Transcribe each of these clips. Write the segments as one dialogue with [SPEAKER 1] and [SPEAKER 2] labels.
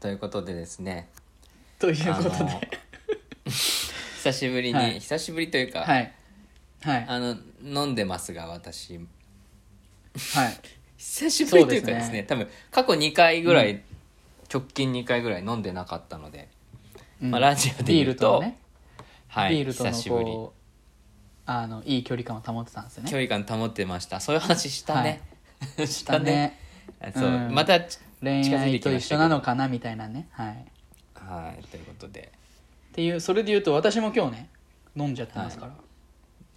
[SPEAKER 1] ということでですね
[SPEAKER 2] ということ
[SPEAKER 1] あの
[SPEAKER 2] で
[SPEAKER 1] 久しぶりに、
[SPEAKER 2] はい
[SPEAKER 1] 久しぶりというか、
[SPEAKER 2] はいはいは
[SPEAKER 1] あの飲んでますが私
[SPEAKER 2] い
[SPEAKER 1] 久しぶり
[SPEAKER 2] そう
[SPEAKER 1] という
[SPEAKER 2] です
[SPEAKER 1] か
[SPEAKER 2] ね
[SPEAKER 1] ですね多分過去2回ぐらい、直近2回ぐらい飲んでなかったので、
[SPEAKER 2] うん
[SPEAKER 1] まあ、ラジオで
[SPEAKER 2] ビー
[SPEAKER 1] 言う
[SPEAKER 2] ル
[SPEAKER 1] と
[SPEAKER 2] とね
[SPEAKER 1] はい、
[SPEAKER 2] ビールとの
[SPEAKER 1] 久しぶり
[SPEAKER 2] こうあのいい距離感を保ってたんですよね
[SPEAKER 1] 距離感保ってましたそういう話したね、 し
[SPEAKER 2] だ
[SPEAKER 1] たね
[SPEAKER 2] ね
[SPEAKER 1] そう、
[SPEAKER 2] うん
[SPEAKER 1] またち
[SPEAKER 2] 恋
[SPEAKER 1] 近づいてき
[SPEAKER 2] 愛と
[SPEAKER 1] ま
[SPEAKER 2] 一
[SPEAKER 1] したけど
[SPEAKER 2] 緒なのかなみたいなねはい
[SPEAKER 1] はいということで
[SPEAKER 2] っていうそれで言うと私も今日ね飲んじゃってますから、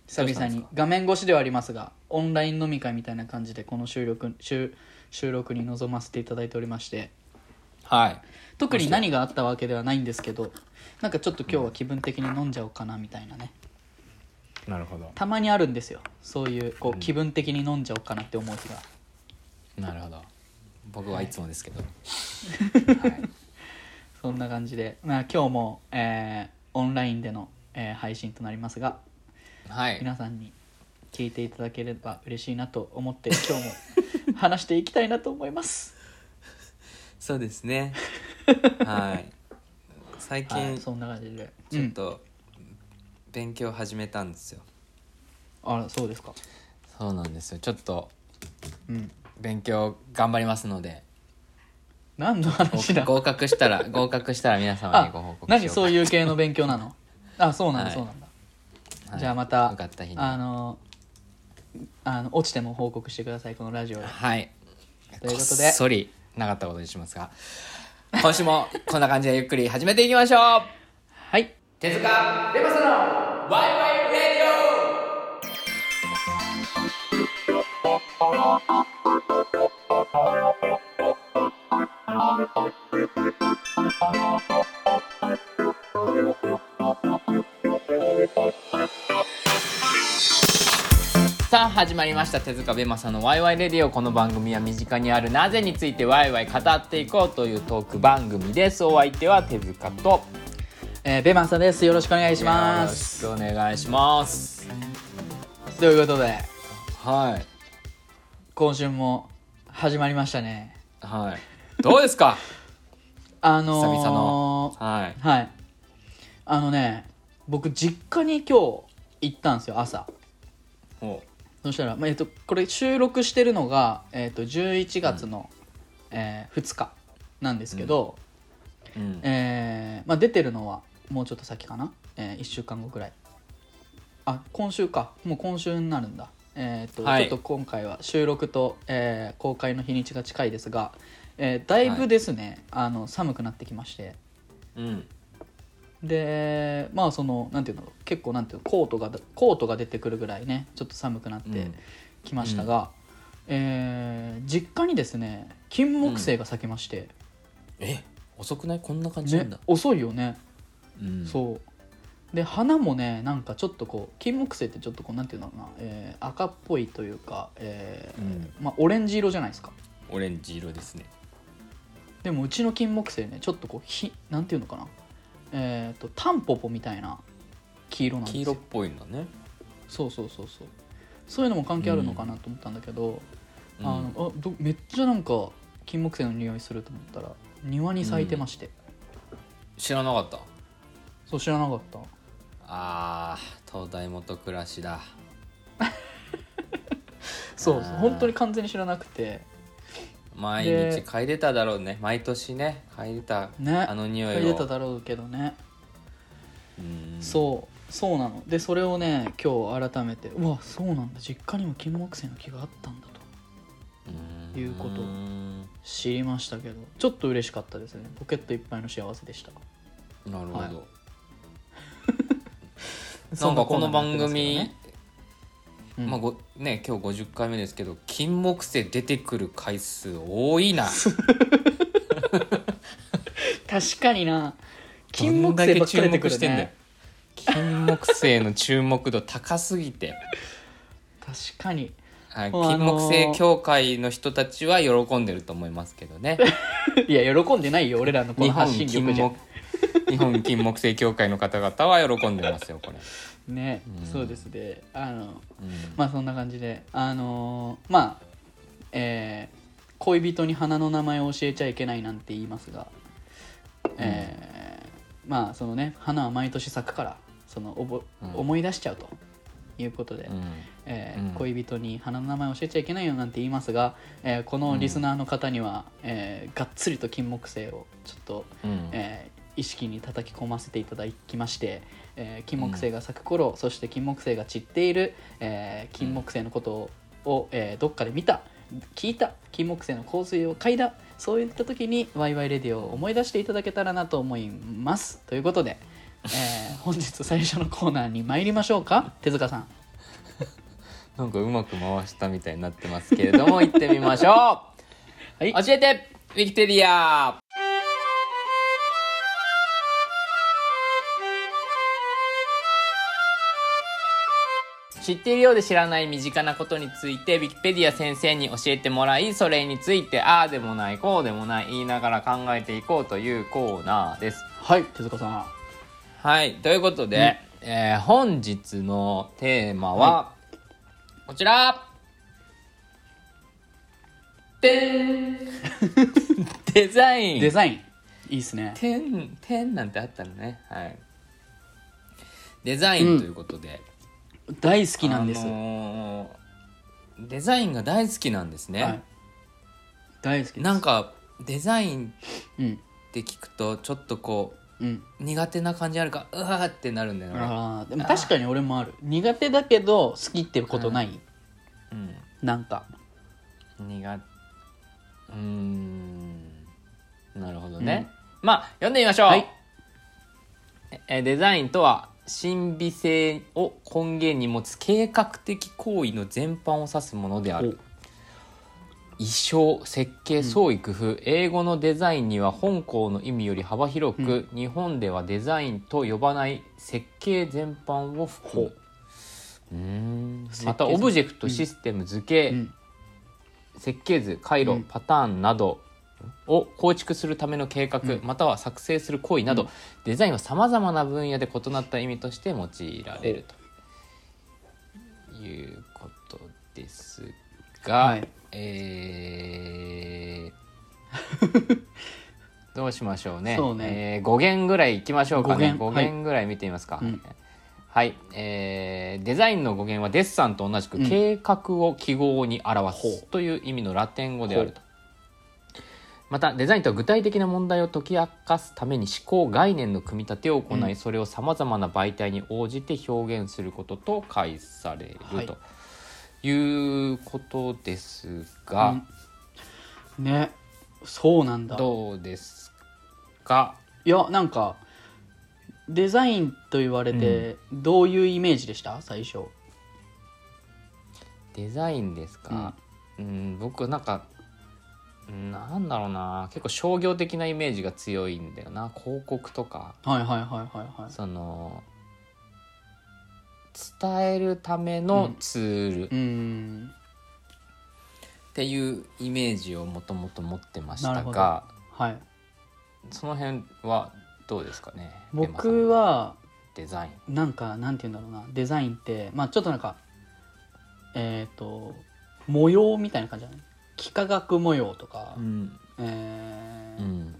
[SPEAKER 2] 久
[SPEAKER 1] どうした
[SPEAKER 2] 々
[SPEAKER 1] んです
[SPEAKER 2] に
[SPEAKER 1] か
[SPEAKER 2] 画面越しではありますがオンライン飲み会みたいな感じでこの収録収収録に臨ませていただいておりまして
[SPEAKER 1] はい
[SPEAKER 2] 特に何があったわけではないんですけどなんかちょっと今日は気分的に飲んじゃおうかなみたいなね
[SPEAKER 1] なるほど
[SPEAKER 2] たまにあるんですよそういうこ
[SPEAKER 1] う
[SPEAKER 2] うん気分的に飲んじゃおうかなって思う日が、
[SPEAKER 1] なるほど僕はいつもですけど、はい
[SPEAKER 2] そんな感じで、まあ、今日も、えーオンラインでの、えー配信となりますが
[SPEAKER 1] はい、
[SPEAKER 2] 皆さんに聞いていただければ嬉しいなと 思って今日も話していきたいなと思います、
[SPEAKER 1] そうです ねはい最近、
[SPEAKER 2] はい、そんな感じで
[SPEAKER 1] ちょっ、と勉強始めたんですよ、
[SPEAKER 2] うん、あらそうですか
[SPEAKER 1] そうなんですよちょっと
[SPEAKER 2] うん
[SPEAKER 1] 勉強頑張りますので
[SPEAKER 2] 何の話だ
[SPEAKER 1] 合格した ら合格したら皆様にご報
[SPEAKER 2] あ
[SPEAKER 1] 告しよう
[SPEAKER 2] 何そういう系の勉強なのあそうなんだ、
[SPEAKER 1] はい
[SPEAKER 2] そうなんだ
[SPEAKER 1] はい
[SPEAKER 2] じゃあまた
[SPEAKER 1] 受かった日に
[SPEAKER 2] あ
[SPEAKER 1] は
[SPEAKER 2] のあの落ちても報告してくださいこのラジオで
[SPEAKER 1] い
[SPEAKER 2] ということ
[SPEAKER 1] こ
[SPEAKER 2] で
[SPEAKER 1] っそりなかったことにし ますが今週もこんな感じでゆっくり始めていきましょう
[SPEAKER 2] はい
[SPEAKER 1] 手塚レバスのワイワイレディオさあ始まりました手塚ベマさんのワイワイレディオこの番組は身近にあるなぜについてワイワイ語っていこうというトーク番組ですお相手は手塚と
[SPEAKER 2] えー、ベマンさんですよろしくお願いします
[SPEAKER 1] よろしくお願いします
[SPEAKER 2] ということで
[SPEAKER 1] はい
[SPEAKER 2] 今週も始まりましたね
[SPEAKER 1] はいどうですか
[SPEAKER 2] あのー、
[SPEAKER 1] 久々のはい
[SPEAKER 2] はいあのね僕実家に今日行ったんですよ朝
[SPEAKER 1] お
[SPEAKER 2] そしたら、まあえっと、これ収録してるのが、えっと、11月の、え2日なんですけど、
[SPEAKER 1] うん
[SPEAKER 2] えーまあ、出てるのはもうちょっと先かな、え1週間後くらいあ今週かもう今週になるんだえっと、
[SPEAKER 1] はい
[SPEAKER 2] ちょっと今回は収録と、えー公開の日にちが近いですが、えーだいぶですね、あの寒くなってきまして
[SPEAKER 1] うん
[SPEAKER 2] でまあそのなんていうの結構なんていうのコートがコートが出てくるぐらいねちょっと寒くなっ
[SPEAKER 1] う
[SPEAKER 2] て
[SPEAKER 1] ん
[SPEAKER 2] きましたが、えー実家にですね金木犀が咲きまして、
[SPEAKER 1] え遅くないこんな感じなん
[SPEAKER 2] ね
[SPEAKER 1] だ、
[SPEAKER 2] 遅いよね、
[SPEAKER 1] うん
[SPEAKER 2] そうで花もねなんかちょっとこう金木犀ってちょっとこうなんていうのかな、えー赤っぽいというか、えー
[SPEAKER 1] うん
[SPEAKER 2] まあ、オレンジ色じゃないですか
[SPEAKER 1] オレンジ色ですね
[SPEAKER 2] でもうちの金木犀ねちょっとこうひなんていうのかなえっ、とタンポポみたいな黄色なんです
[SPEAKER 1] 黄
[SPEAKER 2] よ
[SPEAKER 1] 色っぽいんだね
[SPEAKER 2] そうそうそうそうそういうのも関係あるのかなと思ったんだけど、
[SPEAKER 1] うん
[SPEAKER 2] あのあどめっちゃなんか金木犀の匂いすると思ったら庭に咲いてまして、
[SPEAKER 1] 知らなかった
[SPEAKER 2] そう知らなかった
[SPEAKER 1] あー東大元暮らしだ
[SPEAKER 2] そう
[SPEAKER 1] あー
[SPEAKER 2] 本当に完全に知らなくて
[SPEAKER 1] 毎
[SPEAKER 2] で
[SPEAKER 1] 日嗅いでただろうね毎年ね嗅いでた
[SPEAKER 2] ね
[SPEAKER 1] あの匂いを
[SPEAKER 2] 嗅いでただろうけどね、
[SPEAKER 1] うん
[SPEAKER 2] そうそうなのでそれをね今日改めてうわそうなんだ実家にも金木犀の木があったんだと
[SPEAKER 1] うん
[SPEAKER 2] いうこと知りましたけどちょっと嬉しかったですねポケットいっぱいの幸せでした
[SPEAKER 1] なるほど、
[SPEAKER 2] はい
[SPEAKER 1] なんかこの番
[SPEAKER 2] そんなコーナーになってますけ
[SPEAKER 1] 組ま、
[SPEAKER 2] どねうん
[SPEAKER 1] あごね今日50回目ですけど金木犀出てくる回数多い な
[SPEAKER 2] 確かにな金木犀ばっかり出てく
[SPEAKER 1] どんだけ注目
[SPEAKER 2] るね
[SPEAKER 1] してんだよ金木犀の注目度高すぎて
[SPEAKER 2] 確かに
[SPEAKER 1] はい
[SPEAKER 2] もうあ
[SPEAKER 1] 金
[SPEAKER 2] のー
[SPEAKER 1] 木犀協会の人たちは喜んでると思いますけどね
[SPEAKER 2] いや喜んでないよ俺ら のこ
[SPEAKER 1] 日
[SPEAKER 2] の
[SPEAKER 1] 本
[SPEAKER 2] 発信
[SPEAKER 1] 金
[SPEAKER 2] 力じゃ
[SPEAKER 1] 木 日本金木犀協会の方々は喜んでますよこれ、
[SPEAKER 2] ね、
[SPEAKER 1] うん
[SPEAKER 2] そうですねあの
[SPEAKER 1] うん
[SPEAKER 2] まあそんな感じであのーまあえー恋人に花の名前を教えちゃいけないなんて言いますがえーまあそのね花は毎年咲くからそのおぼ、
[SPEAKER 1] うん
[SPEAKER 2] 思い出しちゃうということで、
[SPEAKER 1] うん
[SPEAKER 2] え
[SPEAKER 1] う
[SPEAKER 2] ー
[SPEAKER 1] ん
[SPEAKER 2] 恋人に花の名前を教えちゃいけないよなんて言いますが、えーこのリスナーの方には、えーがっつりと金木犀をちょっと、
[SPEAKER 1] うん
[SPEAKER 2] えー意識に叩き込ませていただきまして、えー金木犀が咲く頃、そして金木犀が散っている、えー金木犀のことを,、えーどっかで見た聞いた金木犀の香水を嗅いだそういった時に「ワイワイレディオ」を思い出していただけたらなと思いますということで、え ー本日最初のコーナーに参りましょうか手塚さん。
[SPEAKER 1] なんかうまく回したみたいになってますけれども行ってみましょう、
[SPEAKER 2] はい
[SPEAKER 1] 教えてウィキペディア知っているようで知らない身近なことについてウィキペディア先生に教えてもらいそれについてああでもないこうでもない言いながら考えていこうというコーナーです。
[SPEAKER 2] はい手塚さん
[SPEAKER 1] はいということで、えー本日のテーマは、こちらてん デザイン
[SPEAKER 2] デザインいいっすね
[SPEAKER 1] 点点なんてあったのねはいデザインということで、
[SPEAKER 2] 大好きなんです、
[SPEAKER 1] あのーデザインが大好きなんですね、
[SPEAKER 2] はい、大好きです
[SPEAKER 1] なんかデザイン
[SPEAKER 2] うん
[SPEAKER 1] って聞くとちょっとこ
[SPEAKER 2] うん
[SPEAKER 1] う苦手な感じあるからうわーってなるんだよね、
[SPEAKER 2] あーでも確かに俺もある苦手だけど好きってことない、
[SPEAKER 1] うん、
[SPEAKER 2] なんか
[SPEAKER 1] 苦うーんなるほどね、まあ読んでみましょう、
[SPEAKER 2] はい
[SPEAKER 1] ええデザインとは神秘性を根源に持つ計画的行為の全般を指すものである衣装設計創意工夫、英語のデザインには本校の意味より幅広く、日本ではデザインと呼ばない設計全般を含むうーん
[SPEAKER 2] 設計
[SPEAKER 1] またオブジェクト、システム図形、
[SPEAKER 2] うん
[SPEAKER 1] 設計図回路、
[SPEAKER 2] うん
[SPEAKER 1] パターンなどを構築するための計画、または作成する行為など、デザインはさまざまな分野で異なった意味として用いられるということですが、
[SPEAKER 2] はい
[SPEAKER 1] え ーどうしましょうね
[SPEAKER 2] そうね
[SPEAKER 1] えー、5弦ぐらいいきましょうかね
[SPEAKER 2] 五
[SPEAKER 1] 5
[SPEAKER 2] 弦はい
[SPEAKER 1] 弦ぐらい見てみますか。
[SPEAKER 2] うん
[SPEAKER 1] はい、えーデザインの語源はデッサンと同じく
[SPEAKER 2] うん
[SPEAKER 1] 計画を記号に表
[SPEAKER 2] ほ
[SPEAKER 1] すという意味のラテン語であると
[SPEAKER 2] ほ。
[SPEAKER 1] またデザインとは具体的な問題を解き明かすために思考概念の組み立てを行い、
[SPEAKER 2] うん
[SPEAKER 1] それをさまざまな媒体に応じて表現することと解される
[SPEAKER 2] はい
[SPEAKER 1] ということですが、
[SPEAKER 2] うんねそうなんだ
[SPEAKER 1] どうですか
[SPEAKER 2] いやなんかデザインと言われてどういうイメージでした最初
[SPEAKER 1] デザインですか、うん、僕なんかうんなんだろうな結構商業的なイメージが強いんだよな広告とか
[SPEAKER 2] はいはいはいはいはい
[SPEAKER 1] その伝えるためのツールっ
[SPEAKER 2] うん
[SPEAKER 1] ていうイメージをもともと持ってました
[SPEAKER 2] なるほ
[SPEAKER 1] が
[SPEAKER 2] どはい
[SPEAKER 1] その辺はどうですかね
[SPEAKER 2] 僕は
[SPEAKER 1] デザイン
[SPEAKER 2] なんかなんて言うんだろうなデザインってまあちょっとなんかえっ、と模様みたいな感じじゃない幾何学模様とか、
[SPEAKER 1] ん、
[SPEAKER 2] え
[SPEAKER 1] う
[SPEAKER 2] ー
[SPEAKER 1] ん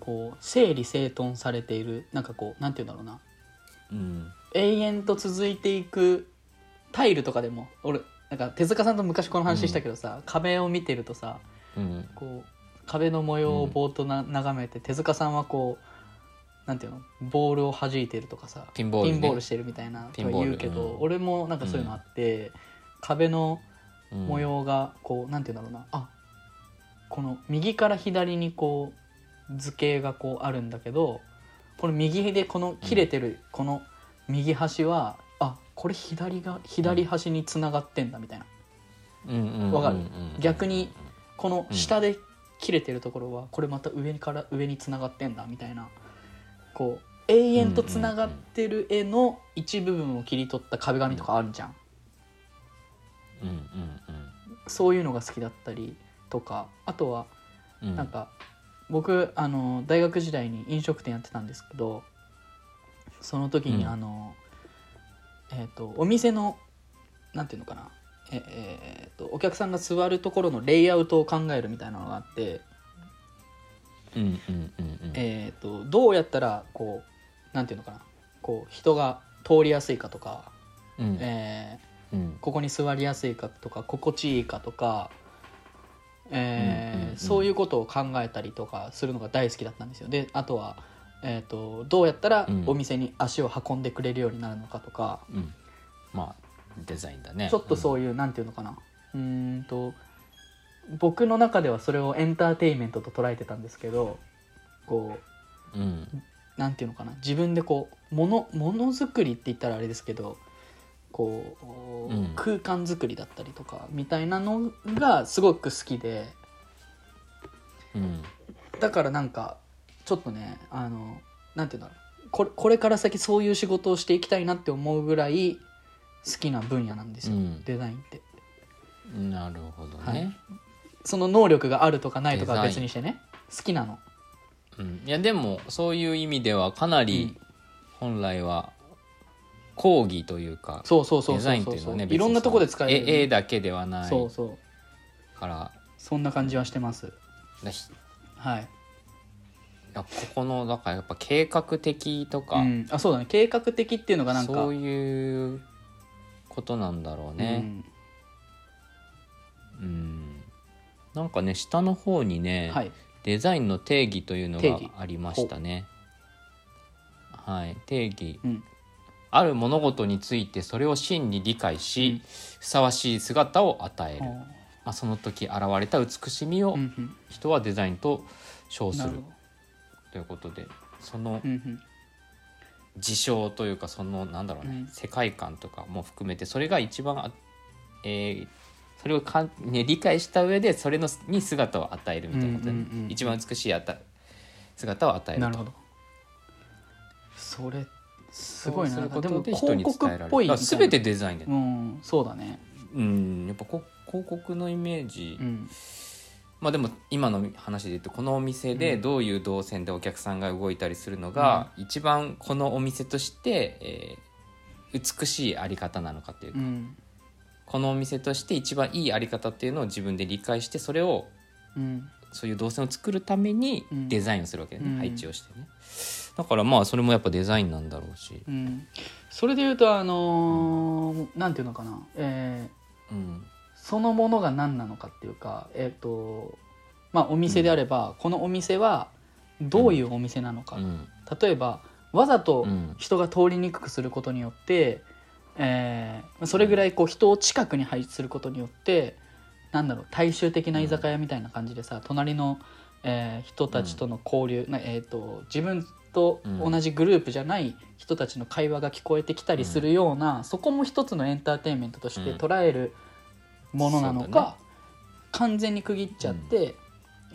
[SPEAKER 2] こう整理整頓されているなんかこうなんて言うんだろうな
[SPEAKER 1] うん、
[SPEAKER 2] 永遠と続いていくタイルとかでも俺なんか手塚さんと昔この話したけどさ、壁を見てるとさ
[SPEAKER 1] うん、
[SPEAKER 2] こう壁の模様をぼーっとな、眺めて手塚さんはこうなんていうのボールを弾いてるとかさ
[SPEAKER 1] ピンボールね
[SPEAKER 2] ピンボールしてるみたいなと
[SPEAKER 1] ピン
[SPEAKER 2] は
[SPEAKER 1] ボール
[SPEAKER 2] 言うけど、
[SPEAKER 1] うん
[SPEAKER 2] 俺もなんかそういうのあって、壁の
[SPEAKER 1] うん
[SPEAKER 2] 模様がこう、なんていうんだろうなあこの右から左にこう図形がこうあるんだけどこの右でこの切れてるこの右端は、あこれ左が左端につながってんだみたいな、
[SPEAKER 1] うんうんうん
[SPEAKER 2] わかる
[SPEAKER 1] うんうんうん
[SPEAKER 2] 逆にこの下で切れてるところはこれまた上から上につながってんだみたいなこう永遠とつながってる絵の一部分を切り取った壁紙とかあるじゃん、
[SPEAKER 1] うんうん
[SPEAKER 2] そういうのが好きだったりとかあとは
[SPEAKER 1] うんうん
[SPEAKER 2] なんか僕あの大学時代に飲食店やってたんですけどその時に、
[SPEAKER 1] うん
[SPEAKER 2] あのえっ、とお店のなんていうのかなええーとお客さんが座るところのレイアウトを考えるみたいなのがあって
[SPEAKER 1] うんうんうんうん
[SPEAKER 2] えー、とどうやったらこうなんていうのかなこう人が通りやすいかとか、
[SPEAKER 1] うん
[SPEAKER 2] え
[SPEAKER 1] うん
[SPEAKER 2] ーここに座りやすいかとか心地いいかとか、えー
[SPEAKER 1] うんうんうん
[SPEAKER 2] そういうことを考えたりとかするのが大好きだったんですよ。であとは、えー、とどうやったら
[SPEAKER 1] うん
[SPEAKER 2] お店に足を運んでくれるようになるのかとか、
[SPEAKER 1] うんまあデザインだね
[SPEAKER 2] ちょっとそうういう、なんていうのかなうーんと僕の中ではそれをエンターテインメントと捉えてたんですけどこう
[SPEAKER 1] うん、うん
[SPEAKER 2] なんていうのかな自分でこうものものづくりって言ったらあれですけどこ
[SPEAKER 1] う
[SPEAKER 2] う、
[SPEAKER 1] ん
[SPEAKER 2] 空間づくりだったりとかみたいなのがすごく好きで
[SPEAKER 1] うん
[SPEAKER 2] だからなんかちょっとねあのなんていうんだろうこれこれから先そういう仕事をしていきたいなって思うぐらい好きな分野なんですよ、
[SPEAKER 1] うん
[SPEAKER 2] デザインって。
[SPEAKER 1] なるほどね、
[SPEAKER 2] はいその能力があるとかないとかは別にしてね好きなの。
[SPEAKER 1] うん、いやでもそういう意味ではかなり本来は講義というか、
[SPEAKER 2] そうそうそう
[SPEAKER 1] デ
[SPEAKER 2] そ
[SPEAKER 1] ザイ
[SPEAKER 2] う
[SPEAKER 1] ンっ
[SPEAKER 2] そ
[SPEAKER 1] てい
[SPEAKER 2] う
[SPEAKER 1] う
[SPEAKER 2] そ
[SPEAKER 1] のは
[SPEAKER 2] う、
[SPEAKER 1] ね別に
[SPEAKER 2] いろんなとこで使えるよね、
[SPEAKER 1] 絵絵だけではない
[SPEAKER 2] そうそう
[SPEAKER 1] から
[SPEAKER 2] そんな感じはしてます
[SPEAKER 1] だしい
[SPEAKER 2] はい
[SPEAKER 1] やここのだからやっぱ計画的とか、
[SPEAKER 2] うん、あそうだね計画的っていうのがなんか
[SPEAKER 1] そういうことなんだろうね。うんなんかね下の方に
[SPEAKER 2] う
[SPEAKER 1] ね、
[SPEAKER 2] んはい
[SPEAKER 1] デザインの定義というの
[SPEAKER 2] 定
[SPEAKER 1] が
[SPEAKER 2] 義
[SPEAKER 1] ありましたね。はい、定義
[SPEAKER 2] うん
[SPEAKER 1] ある物事についてそれを真に理解し、
[SPEAKER 2] うん
[SPEAKER 1] ふさわしい姿を与える、
[SPEAKER 2] ほう
[SPEAKER 1] まあ、その時現れた美しみを
[SPEAKER 2] うんうん
[SPEAKER 1] 人はデザインと称す
[SPEAKER 2] な
[SPEAKER 1] る
[SPEAKER 2] るほど
[SPEAKER 1] ということでその
[SPEAKER 2] うんうん
[SPEAKER 1] 事象というかそのなんだろうね、
[SPEAKER 2] うん
[SPEAKER 1] 世界観とかも含めてそれが一番あ、えーそれをかん、ね、理解した上でそれのに姿を与えるみたいなことで、
[SPEAKER 2] うんうんうんうん
[SPEAKER 1] 一番美しいあた姿を与えると
[SPEAKER 2] なるほどそれすごい
[SPEAKER 1] そうする
[SPEAKER 2] ななんか
[SPEAKER 1] こ
[SPEAKER 2] で
[SPEAKER 1] と
[SPEAKER 2] も
[SPEAKER 1] で人
[SPEAKER 2] 広
[SPEAKER 1] に伝
[SPEAKER 2] 告
[SPEAKER 1] えられ
[SPEAKER 2] っ
[SPEAKER 1] る
[SPEAKER 2] ぽい
[SPEAKER 1] だ
[SPEAKER 2] み
[SPEAKER 1] か
[SPEAKER 2] た
[SPEAKER 1] ら
[SPEAKER 2] いな
[SPEAKER 1] 全てデザインで、
[SPEAKER 2] うんそうだね
[SPEAKER 1] うんやっぱこ広告のイメージ、
[SPEAKER 2] うん
[SPEAKER 1] まあでも今の話で言うとこのお店でどういう動線でお客さんが動いたりするのが一番このお店として、えー美しいあり方なのかっていうか、
[SPEAKER 2] うん
[SPEAKER 1] このお店として一番いいあり方っていうのを自分で理解してそれを
[SPEAKER 2] うん
[SPEAKER 1] そういう動線を作るために
[SPEAKER 2] うん
[SPEAKER 1] デザインをするわけでね、
[SPEAKER 2] うん
[SPEAKER 1] 配置をしてねだからまあそれもやっぱデザインなんだろうし、
[SPEAKER 2] うんそれで言うとあのーなんていうのかなえー
[SPEAKER 1] うん
[SPEAKER 2] そのものが何なのかっていうか、えーとまあ、お店であれば、このお店はどういうお店なのか、
[SPEAKER 1] うん
[SPEAKER 2] 例えばわざと
[SPEAKER 1] うん
[SPEAKER 2] 人が通りにくくすることによって、えーそれぐらいこう人を近くに配置することによってなんだろう大衆的な居酒屋みたいな感じでさ、隣の、えー人たちとの交流、なえー、と自分と同じグループじゃない人たちの会話が聞こえてきたりするような、そこも一つのエンターテインメントとして捉えるものなの
[SPEAKER 1] そうだ
[SPEAKER 2] か、完全に区切っちゃって、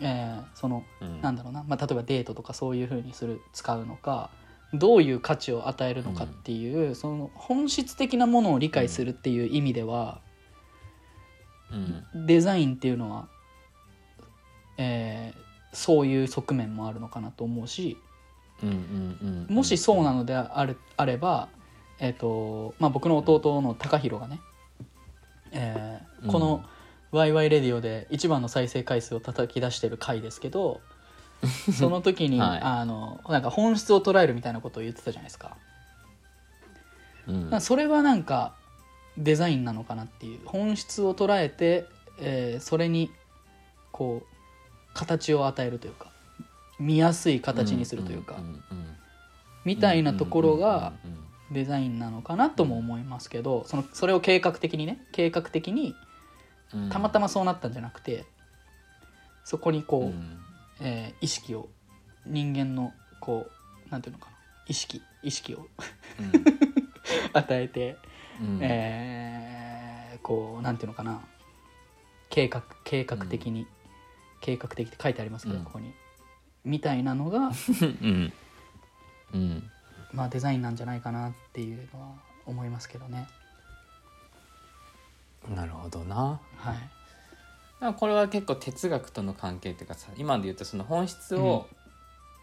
[SPEAKER 2] えーその
[SPEAKER 1] うん
[SPEAKER 2] なんだろうな、まあ、例えばデートとかそういうふうにする使うのかどういう価値を与えるのかっていう、その本質的なものを理解するっていう意味では、
[SPEAKER 1] うん
[SPEAKER 2] デザインっていうのは、えーそういう側面もあるのかなと思うし
[SPEAKER 1] うんうんうん
[SPEAKER 2] もしそうなのであるあれば、えーとまあ、僕の弟の高弘がね、えーこの「ワイワイレディオ」で一番の再生回数を叩き出してる回です けどその時に、
[SPEAKER 1] はい
[SPEAKER 2] あのなんか本質を捉えるみたいなことを言ってたじゃないですか。
[SPEAKER 1] うん
[SPEAKER 2] まあそれはなんかデザインなのかなっていう本質を捉えて、えーそれにこう形を与えるというか見やすい形にするというか、
[SPEAKER 1] んんうんうん
[SPEAKER 2] みたいなところが
[SPEAKER 1] うんうんうんうん
[SPEAKER 2] デザインなのかなとも思いますけどそのそれを計画的にね計画的に
[SPEAKER 1] うん
[SPEAKER 2] たまたまそうなったんじゃなくてそこにこう、
[SPEAKER 1] うん
[SPEAKER 2] えー意識を人間のこうなんていうのかな意識意識を 与えて
[SPEAKER 1] うん
[SPEAKER 2] えーこうなんていうのかな計画計画的に、計画的って書いてありますけど、
[SPEAKER 1] うん
[SPEAKER 2] ここにみたいな のが
[SPEAKER 1] うんうん
[SPEAKER 2] まあデザインなんじゃないかなっていうのは思いますけどね
[SPEAKER 1] なるほどな
[SPEAKER 2] はい
[SPEAKER 1] まあこれは結構哲学との関係っていうかさ今で言うとその本質を、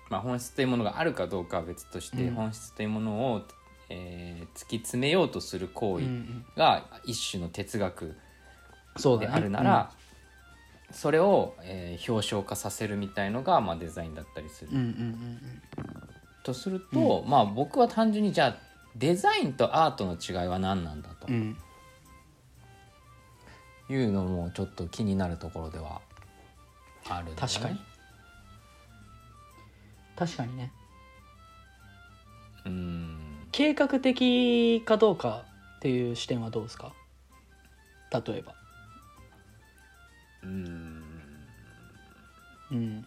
[SPEAKER 1] まあ、本質というものがあるかどうかは別として、
[SPEAKER 2] うん
[SPEAKER 1] 本質というものを、えー突き詰めようとする行
[SPEAKER 2] うんう
[SPEAKER 1] 為
[SPEAKER 2] ん
[SPEAKER 1] が一種の哲学
[SPEAKER 2] そうだ
[SPEAKER 1] で
[SPEAKER 2] ね
[SPEAKER 1] あるなら、それを、えー表象化させるみたいのが、まあ、デザインだったりする
[SPEAKER 2] うんうんうん
[SPEAKER 1] とすると、まあ僕は単純にじゃあデザインとアートの違いは何なんだと
[SPEAKER 2] うんうん
[SPEAKER 1] いうのもちょっと気になるところではあるんだよね
[SPEAKER 2] 確かに確かにね
[SPEAKER 1] うん
[SPEAKER 2] 計画的かどうかっていう視点はどうですか例えば
[SPEAKER 1] うん
[SPEAKER 2] うん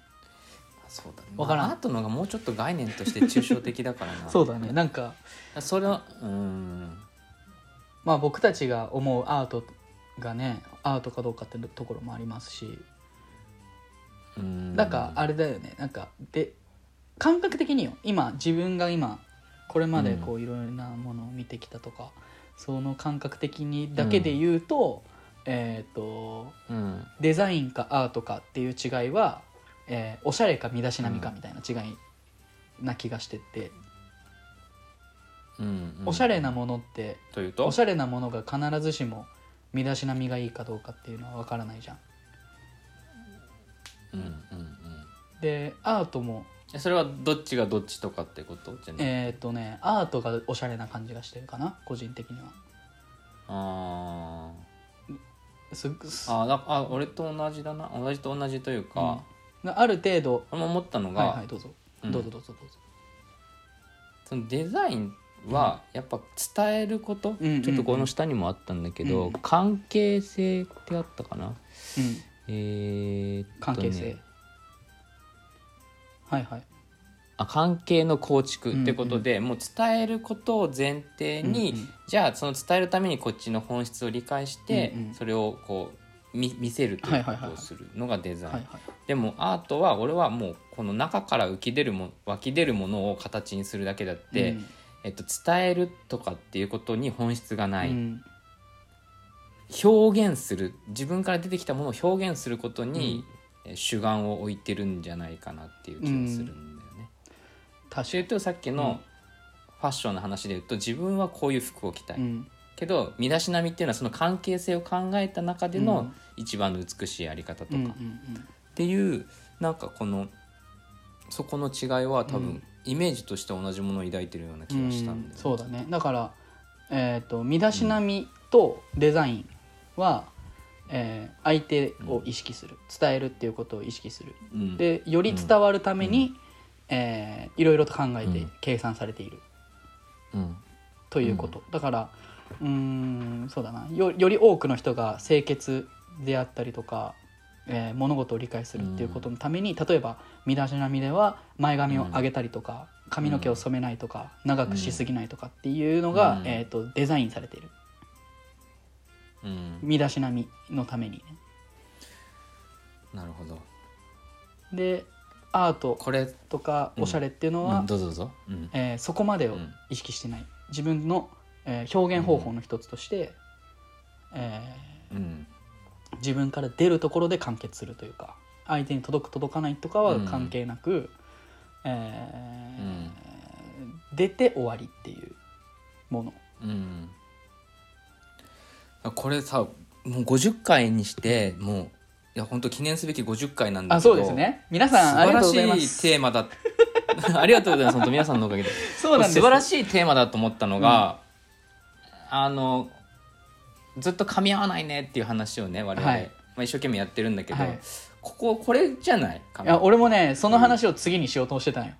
[SPEAKER 1] そうだね
[SPEAKER 2] わからん
[SPEAKER 1] まあアートの方がもうちょっと概念として抽象的だからな
[SPEAKER 2] そうだねなんか
[SPEAKER 1] それはうん
[SPEAKER 2] まあ僕たちが思うアートがねアートかどうかってところもありますし
[SPEAKER 1] うん
[SPEAKER 2] なんかあれだよねなんかで感覚的によ今自分が今これまでこういろいろなものを見てきたとか、その感覚的にだけで言うと、えっ、と
[SPEAKER 1] うん
[SPEAKER 2] デザインかアートかっていう違いは、えーおしゃれか身だしなみかみたいな違いな気がしてて、
[SPEAKER 1] うんうん
[SPEAKER 2] おしゃれなものって
[SPEAKER 1] というと
[SPEAKER 2] おしゃれなものが必ずしも身だしなみがいいかどうかっていうのは分からないじゃん。
[SPEAKER 1] うんうんうん
[SPEAKER 2] でアートも
[SPEAKER 1] えそれはどっちがどっちとかってことじゃない
[SPEAKER 2] えーっ、とねアートがおしゃれな感じがしてるかな個人的には。
[SPEAKER 1] あー
[SPEAKER 2] すす
[SPEAKER 1] あーだあ俺と同じだな同じと同じというか、
[SPEAKER 2] うんある程度
[SPEAKER 1] 俺も思ったのが、
[SPEAKER 2] はいはいどうぞ、
[SPEAKER 1] うん
[SPEAKER 2] どうぞどうぞどうぞ
[SPEAKER 1] そのデザインはやっぱ伝えること、
[SPEAKER 2] うんうん
[SPEAKER 1] ちょっとこの下にもあったんだけど、
[SPEAKER 2] うん
[SPEAKER 1] 関係性ってあったかな、
[SPEAKER 2] うん
[SPEAKER 1] えーっとね
[SPEAKER 2] 関係性、はいはい
[SPEAKER 1] あ関係の構築ってことで、もう伝えることを前提に、
[SPEAKER 2] うんうん
[SPEAKER 1] じゃあその伝えるためにこっちの本質を理解して、
[SPEAKER 2] うんうん
[SPEAKER 1] それをこう見見せるということをするのがデザイン、
[SPEAKER 2] はいはい
[SPEAKER 1] でもアートは俺はもうこの中から浮き出るも湧き出るものを形にするだけだって、
[SPEAKER 2] うん
[SPEAKER 1] えっと、伝えるとかっていうことに本質がない、
[SPEAKER 2] うん
[SPEAKER 1] 表現する自分から出てきたものを表現することに、えー主眼を置いてるんじゃないかなっていう気がするんだよね。
[SPEAKER 2] 確
[SPEAKER 1] それとさっきのファッションの話で言うと自分はこういう服を着たい、
[SPEAKER 2] うん
[SPEAKER 1] けど身だしなみっていうのはその関係性を考えた中で
[SPEAKER 2] う
[SPEAKER 1] の
[SPEAKER 2] ん
[SPEAKER 1] 一番の美しいあり方とか
[SPEAKER 2] うん
[SPEAKER 1] っ
[SPEAKER 2] うんうん
[SPEAKER 1] ていうなんかこのそこの違いは多
[SPEAKER 2] う
[SPEAKER 1] 分
[SPEAKER 2] ん
[SPEAKER 1] イメージとして同じものを抱いてるような気がしたんだよね
[SPEAKER 2] うんそうだねだから、えー、と身だしなみとデザインは、えー相手を意識する伝えるっていうことを意識する
[SPEAKER 1] うん
[SPEAKER 2] でより伝わるために、えーいろいろと考えて
[SPEAKER 1] うん
[SPEAKER 2] 計算されている
[SPEAKER 1] うん
[SPEAKER 2] ということ、だからうーんそうだなよより多くの人が清潔であったりとか、えー物事を理解するっていうことのために、例えば身だしなみでは前髪を上げたりとか、髪の毛を染めないとか長くしすぎないとかっていうのが、
[SPEAKER 1] うん
[SPEAKER 2] えー、とデザインされている
[SPEAKER 1] うん
[SPEAKER 2] 身だしなみのためにね。
[SPEAKER 1] なるほど
[SPEAKER 2] でアート
[SPEAKER 1] これ、
[SPEAKER 2] とか
[SPEAKER 1] うん
[SPEAKER 2] おしゃれっていうの
[SPEAKER 1] う
[SPEAKER 2] は
[SPEAKER 1] ん、、どうぞどうぞ、うん
[SPEAKER 2] えーそこまでを
[SPEAKER 1] うん
[SPEAKER 2] 意識してない、自分の、えー表現方法の一つとして、えー
[SPEAKER 1] うん
[SPEAKER 2] 自分から出るところで完結するというか相手に届く届かないとかは関係なく、えー出て終わりっていうもの
[SPEAKER 1] うん、これさもう50回にしてもういや本当記念すべき50回なんだ
[SPEAKER 2] あ
[SPEAKER 1] けど
[SPEAKER 2] そうですね皆
[SPEAKER 1] 素
[SPEAKER 2] さんあり
[SPEAKER 1] 晴
[SPEAKER 2] が
[SPEAKER 1] ら
[SPEAKER 2] とう
[SPEAKER 1] し
[SPEAKER 2] ご
[SPEAKER 1] い
[SPEAKER 2] ざいます
[SPEAKER 1] テーマだ ありがとうございます本当皆さんのおかげで
[SPEAKER 2] そうなんです
[SPEAKER 1] 素晴らしいテーマだと思ったのが、あのずっと噛み合わないねっていう話をね我々、
[SPEAKER 2] はい
[SPEAKER 1] まあ、一生懸命やってるんだけど、
[SPEAKER 2] はい
[SPEAKER 1] こここれじゃないか
[SPEAKER 2] いや俺もねその話を次にしようとしてたんよ、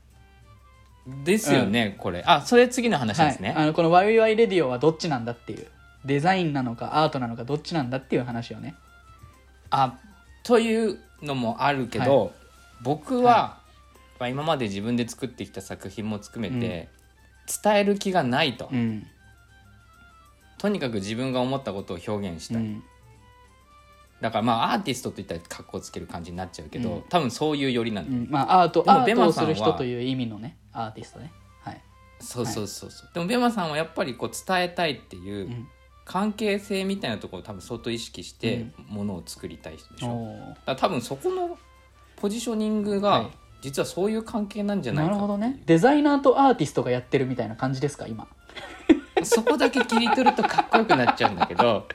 [SPEAKER 1] ですよね、これあそれ次の話
[SPEAKER 2] は
[SPEAKER 1] です
[SPEAKER 2] い
[SPEAKER 1] ね、
[SPEAKER 2] あのこの「ワイワイレディオ」はどっちなんだっていうデザインなのかアートなのかどっちなんだっていう話をね
[SPEAKER 1] あというのもあるけど、僕は、まあ今まで自分で作ってきた作品も含めて、伝える気がないと、
[SPEAKER 2] うん
[SPEAKER 1] とにかく自分が思ったことを表現し
[SPEAKER 2] う
[SPEAKER 1] たい、
[SPEAKER 2] ん
[SPEAKER 1] だからまあアーティストといったら格好つける感じになっちゃうけど、
[SPEAKER 2] うん
[SPEAKER 1] 多分そういうよりなんだ
[SPEAKER 2] う
[SPEAKER 1] よ、
[SPEAKER 2] んまあアート
[SPEAKER 1] でも
[SPEAKER 2] ア
[SPEAKER 1] ベ
[SPEAKER 2] ート
[SPEAKER 1] マ
[SPEAKER 2] を
[SPEAKER 1] さ
[SPEAKER 2] す
[SPEAKER 1] んは
[SPEAKER 2] る人という意味のねアーティストねはい
[SPEAKER 1] そうそうそうそう、でもベマさんはやっぱりこう伝えたいっていう、
[SPEAKER 2] ん
[SPEAKER 1] 関係性みたいなところを多分相当意識してものを作りたい人でしょ、
[SPEAKER 2] おー
[SPEAKER 1] だから多分そこのポジショニングが
[SPEAKER 2] はい
[SPEAKER 1] 実はそういう関係なんじゃないか
[SPEAKER 2] なる
[SPEAKER 1] ってい
[SPEAKER 2] ほ
[SPEAKER 1] う
[SPEAKER 2] どねデザイナーとアーティストがやってるみたいな感じですか今
[SPEAKER 1] そこだけ切り取るとかっこよくなっちゃうんだけど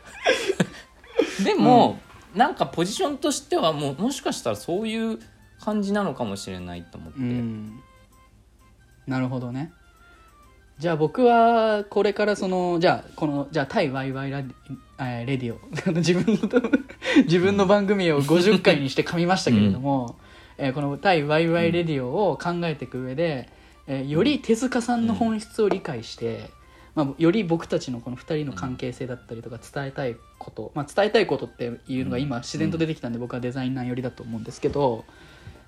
[SPEAKER 1] でも、なんかポジションとしてはもうもしかしたらそういう感じなのかもしれないと思って、
[SPEAKER 2] うんなるほどねじゃあ僕はこれからそのじゃあこのじゃあ対ワイワイラディえーレディオ 自分の自分の番組を50回にして噛みましたけれども、えーこの対ワイワイレディオを考えていく上で、えーより手塚さんの本質を理解して、まあ、より僕たちのこの2人の関係性だったりとか伝えたいこと、まあ、伝えたいことっていうのが今自然と出てきたんで僕はデザイナー寄りだと思うんですけど、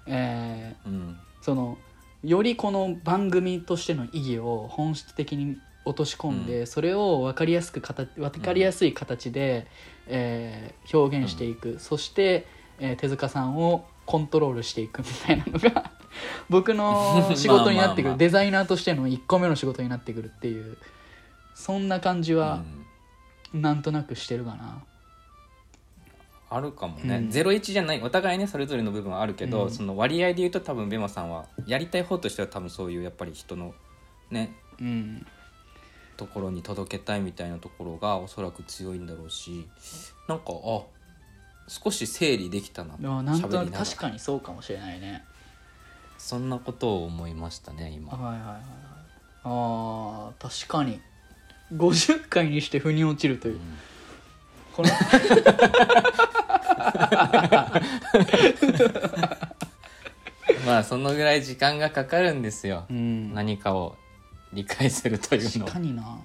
[SPEAKER 2] えー
[SPEAKER 1] うん
[SPEAKER 2] そのよりこの番組としての意義を本質的に落とし込んで、
[SPEAKER 1] う
[SPEAKER 2] それを分かりやすく形分かりやすい形で、えー表現していく、そして、えー手塚さんをコントロールしていくみたいなのが 僕 の仕事になってくる
[SPEAKER 1] まあまあまあ
[SPEAKER 2] デザイナーとしての1個目の仕事になってくるっていうそんな感じ
[SPEAKER 1] う
[SPEAKER 2] は
[SPEAKER 1] ん
[SPEAKER 2] なんとなくしてるかな。
[SPEAKER 1] あるかもね、
[SPEAKER 2] うん
[SPEAKER 1] ゼロ一じゃないお互いねそれぞれの部分はあるけど、
[SPEAKER 2] うん
[SPEAKER 1] その割合で言うと多分ベマさんはやりたい方としては多分そういうやっぱり人のね
[SPEAKER 2] うん
[SPEAKER 1] ところに届けたいみたいなところがおそらく強いんだろうしなんかあ少し整理できたな
[SPEAKER 2] でもなんと
[SPEAKER 1] 喋
[SPEAKER 2] な
[SPEAKER 1] り
[SPEAKER 2] く
[SPEAKER 1] ながら
[SPEAKER 2] 確かにそうかもしれないね。
[SPEAKER 1] そんなことを思いましたね
[SPEAKER 2] はい
[SPEAKER 1] 今
[SPEAKER 2] はいはいはいあー確かに50回にして腑に落ちるという、 この
[SPEAKER 1] まあそのぐらい時間がかかるんですよ、
[SPEAKER 2] うん
[SPEAKER 1] 何かを理解するというの
[SPEAKER 2] 確かにな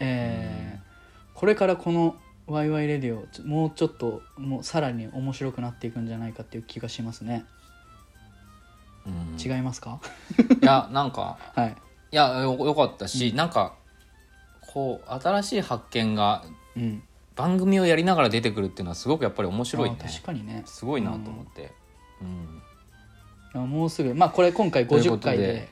[SPEAKER 2] えーこれからこの「ワイワイレディオちょ」もうちょっともうさらに面白くなっていくんじゃないかっていう気がしますね
[SPEAKER 1] うん
[SPEAKER 2] 違いますか
[SPEAKER 1] いやなんか
[SPEAKER 2] はい
[SPEAKER 1] いやよよかったし、なんかこう新しい発見が
[SPEAKER 2] うん
[SPEAKER 1] 番組をやりながら出てくるっていうのはすごくやっぱり面白いね
[SPEAKER 2] あー確かにね
[SPEAKER 1] すごいなと思って、うん
[SPEAKER 2] あもうすぐまあこれ今回
[SPEAKER 1] というこ
[SPEAKER 2] 50
[SPEAKER 1] と
[SPEAKER 2] 回
[SPEAKER 1] で
[SPEAKER 2] で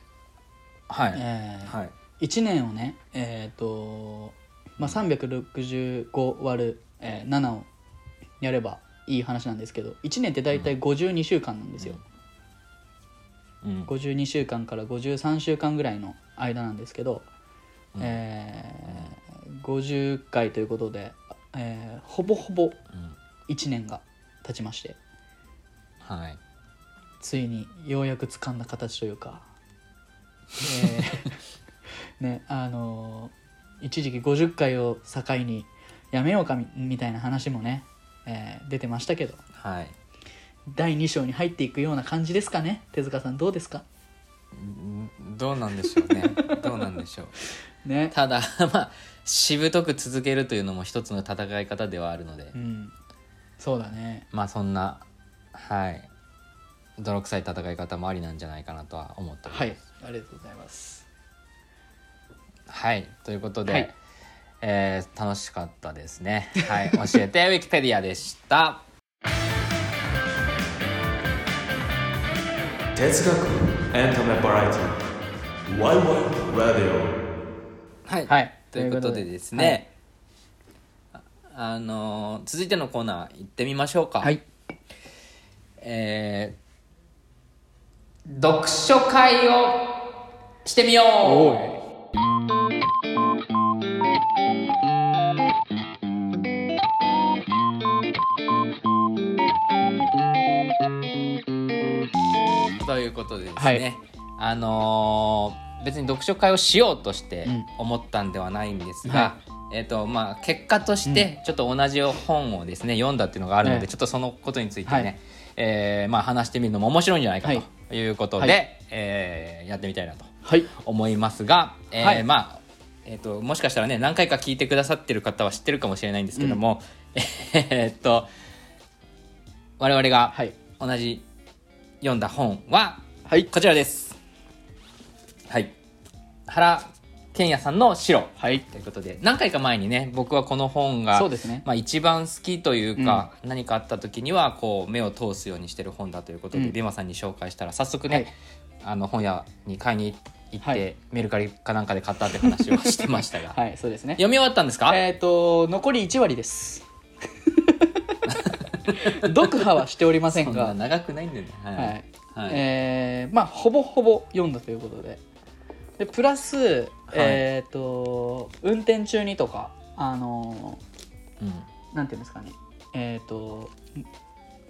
[SPEAKER 1] はい、
[SPEAKER 2] えー
[SPEAKER 1] はい
[SPEAKER 2] 1年をねえっ、と、まあ、365割る、えー7をやればいい話なんですけど1年って大体52週間なんですよ、
[SPEAKER 1] うん
[SPEAKER 2] 52週間から53週間ぐらいの間なんですけど、えー50回ということで、えーほぼほぼ
[SPEAKER 1] うん
[SPEAKER 2] 1年が経ちまして
[SPEAKER 1] はい
[SPEAKER 2] ついにようやく掴んだ形という か、えーねあのー一時期50回を境にやめようかみみたいな話もね、えー出てましたけど
[SPEAKER 1] はい
[SPEAKER 2] 第2章に入っていくような感じですかね手塚さんどうですか
[SPEAKER 1] うんどうなんでしょう ねどうなんでしょう
[SPEAKER 2] ね、
[SPEAKER 1] ただまあしぶとく続けるというのも一つの戦い方ではあるので、
[SPEAKER 2] うん、そうだね
[SPEAKER 1] まあそんなはい泥臭い戦い方もありなんじゃないかなとは思っております
[SPEAKER 2] はいありがとうございます
[SPEAKER 1] はい、ということで、
[SPEAKER 2] はい
[SPEAKER 1] えー楽しかったですね。はい、 教えてウィキペディアでした。
[SPEAKER 3] 哲学エンタメバラエティワイワイラディオ
[SPEAKER 1] はい、
[SPEAKER 2] はい
[SPEAKER 1] ということでですね、ああのー続いてのコーナー行ってみましょうか。
[SPEAKER 2] はい
[SPEAKER 1] えー読書会をしてみよう。ということでですね、
[SPEAKER 2] はい
[SPEAKER 1] あのー別に読書会をしようとして
[SPEAKER 2] うん
[SPEAKER 1] 思ったんではないんですが、えっとまあ、結果としてちょっと同じ本をですね、読んだっていうのがあるので、
[SPEAKER 2] ね
[SPEAKER 1] ちょっとそのことについてね、
[SPEAKER 2] はい
[SPEAKER 1] えーまあ、話してみるのも面白いんじゃないか
[SPEAKER 2] はい
[SPEAKER 1] ということで、
[SPEAKER 2] は
[SPEAKER 1] えーやってみたいなと
[SPEAKER 2] はい
[SPEAKER 1] 思いますが、えー
[SPEAKER 2] はい
[SPEAKER 1] まあえー、ともしかしたらね何回か聞いてくださってる方は知ってるかもしれないんですけども、 えーっと我々が
[SPEAKER 2] はい
[SPEAKER 1] 同じ読んだ本は
[SPEAKER 2] はい
[SPEAKER 1] こちらです。はい、原健也さんの「白」
[SPEAKER 2] はい
[SPEAKER 1] ということで何回か前にね僕はこの本が
[SPEAKER 2] そうですね
[SPEAKER 1] まあ、一番好きというか、何かあった時にはこう目を通すようにしてる本だということで、
[SPEAKER 2] うん
[SPEAKER 1] ベマさんに紹介したら早速ね、
[SPEAKER 2] はい
[SPEAKER 1] あの本屋に買いに行って、
[SPEAKER 2] はい
[SPEAKER 1] メルカリかなんかで買ったって話をしてましたが、
[SPEAKER 2] はいそうですね
[SPEAKER 1] 読み終わったんですか、
[SPEAKER 2] えっ、と残り1割です 読破はしておりませ
[SPEAKER 1] そ
[SPEAKER 2] ん
[SPEAKER 1] ん
[SPEAKER 2] が
[SPEAKER 1] な長くないんだよね。はい
[SPEAKER 2] はい
[SPEAKER 1] はい
[SPEAKER 2] えーまあほぼほぼ読んだということででプラス、えっ、と運転中にとかあの
[SPEAKER 1] うん
[SPEAKER 2] ーなんていうんですかねえー、と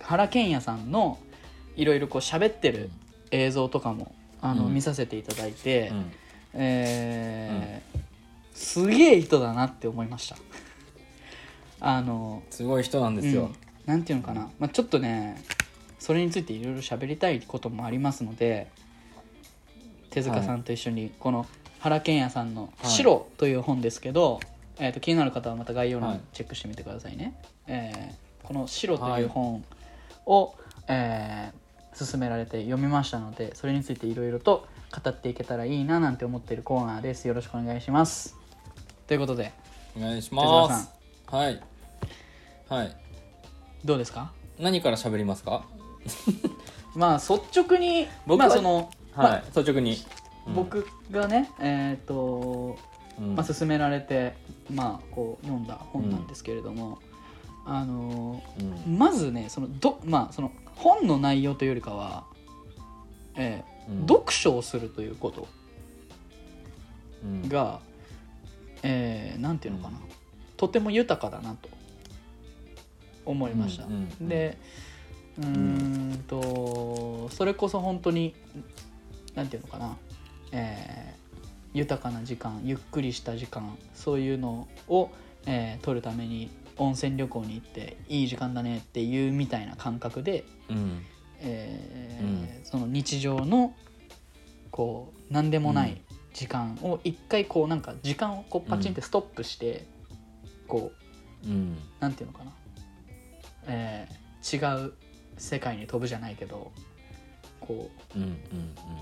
[SPEAKER 2] 原賢也さんのいろいろこう喋ってる映像とかもあの、
[SPEAKER 1] うん
[SPEAKER 2] 見させていただいて、
[SPEAKER 1] うん
[SPEAKER 2] えーすげえ人だなって思いました。あの
[SPEAKER 1] すごい人なんです
[SPEAKER 2] う
[SPEAKER 1] よ
[SPEAKER 2] ん。なんていうのかな、まあ、ちょっとねそれについていろいろ喋りたいこともありますので手塚さんと一緒にこの原賢也さんの「
[SPEAKER 1] はい
[SPEAKER 2] 白」という本ですけど、えー、と気になる方はまた概要
[SPEAKER 1] は
[SPEAKER 2] 欄
[SPEAKER 1] い
[SPEAKER 2] チェックしてみてくださいね。えーこの「白」という本を、えー勧められて読みましたのでそれについていろいろと語っていけたらいいななんて思っているコーナーです。よろしくお願いします。ということで
[SPEAKER 1] お願いし
[SPEAKER 2] 手
[SPEAKER 1] ま
[SPEAKER 2] 塚
[SPEAKER 1] す。はい。はい。
[SPEAKER 2] どうですか
[SPEAKER 1] 何から喋りますか。
[SPEAKER 2] まあ率直に
[SPEAKER 1] 僕
[SPEAKER 2] ま
[SPEAKER 1] は
[SPEAKER 2] あそのまあ
[SPEAKER 1] はい。率直に。うん、
[SPEAKER 2] 僕がね、えっ、と、
[SPEAKER 1] うん
[SPEAKER 2] まあ、勧められて、まあ、こう読んだ本なんですけれども、あの
[SPEAKER 1] うん
[SPEAKER 2] まずねそのど、まあ、その本の内容というよりかは、えー
[SPEAKER 1] うん
[SPEAKER 2] 読書をするということ
[SPEAKER 1] うん
[SPEAKER 2] が、えーなんていうのかな、とても豊かだなと思いました。
[SPEAKER 1] うんうんうん
[SPEAKER 2] でうーんとそれこそ本当になんていうのかな、えー豊かな時間ゆっくりした時間そういうのを、えー取るために温泉旅行に行っていい時間だねっていうみたいな感覚で、
[SPEAKER 1] うん
[SPEAKER 2] えーその日常のこう何でもない時間を一回こうなんか時間をこうパチンってストップして、こう
[SPEAKER 1] うん
[SPEAKER 2] なんていうのかな、えー違う世界に飛ぶじゃないけどこ
[SPEAKER 1] うんうん
[SPEAKER 2] う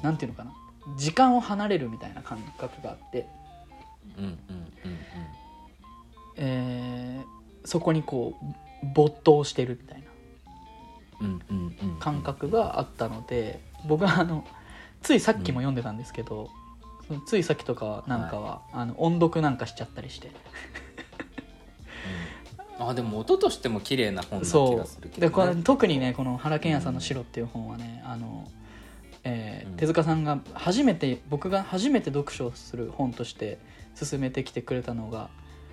[SPEAKER 2] なんていうのかな時間を離れるみたいな感覚があって、
[SPEAKER 1] うんうんうんうん
[SPEAKER 2] えーそこにこう没頭してるみたいな
[SPEAKER 1] うんうんうんうん
[SPEAKER 2] 感覚があったので僕はあのついさっきも読んでたんですけど、そのついさっきとかはなんかは、あの音読なんかしちゃったりして
[SPEAKER 1] うんあでも音としても綺麗な本な気
[SPEAKER 2] そ
[SPEAKER 1] がする
[SPEAKER 2] う
[SPEAKER 1] けど、
[SPEAKER 2] で
[SPEAKER 1] ね、
[SPEAKER 2] これ特にねこの原賢也さんの「白」っていう本はね、あのえー
[SPEAKER 1] うん
[SPEAKER 2] 手塚さんが初めて僕が初めて読書をする本として勧めてきてくれたのが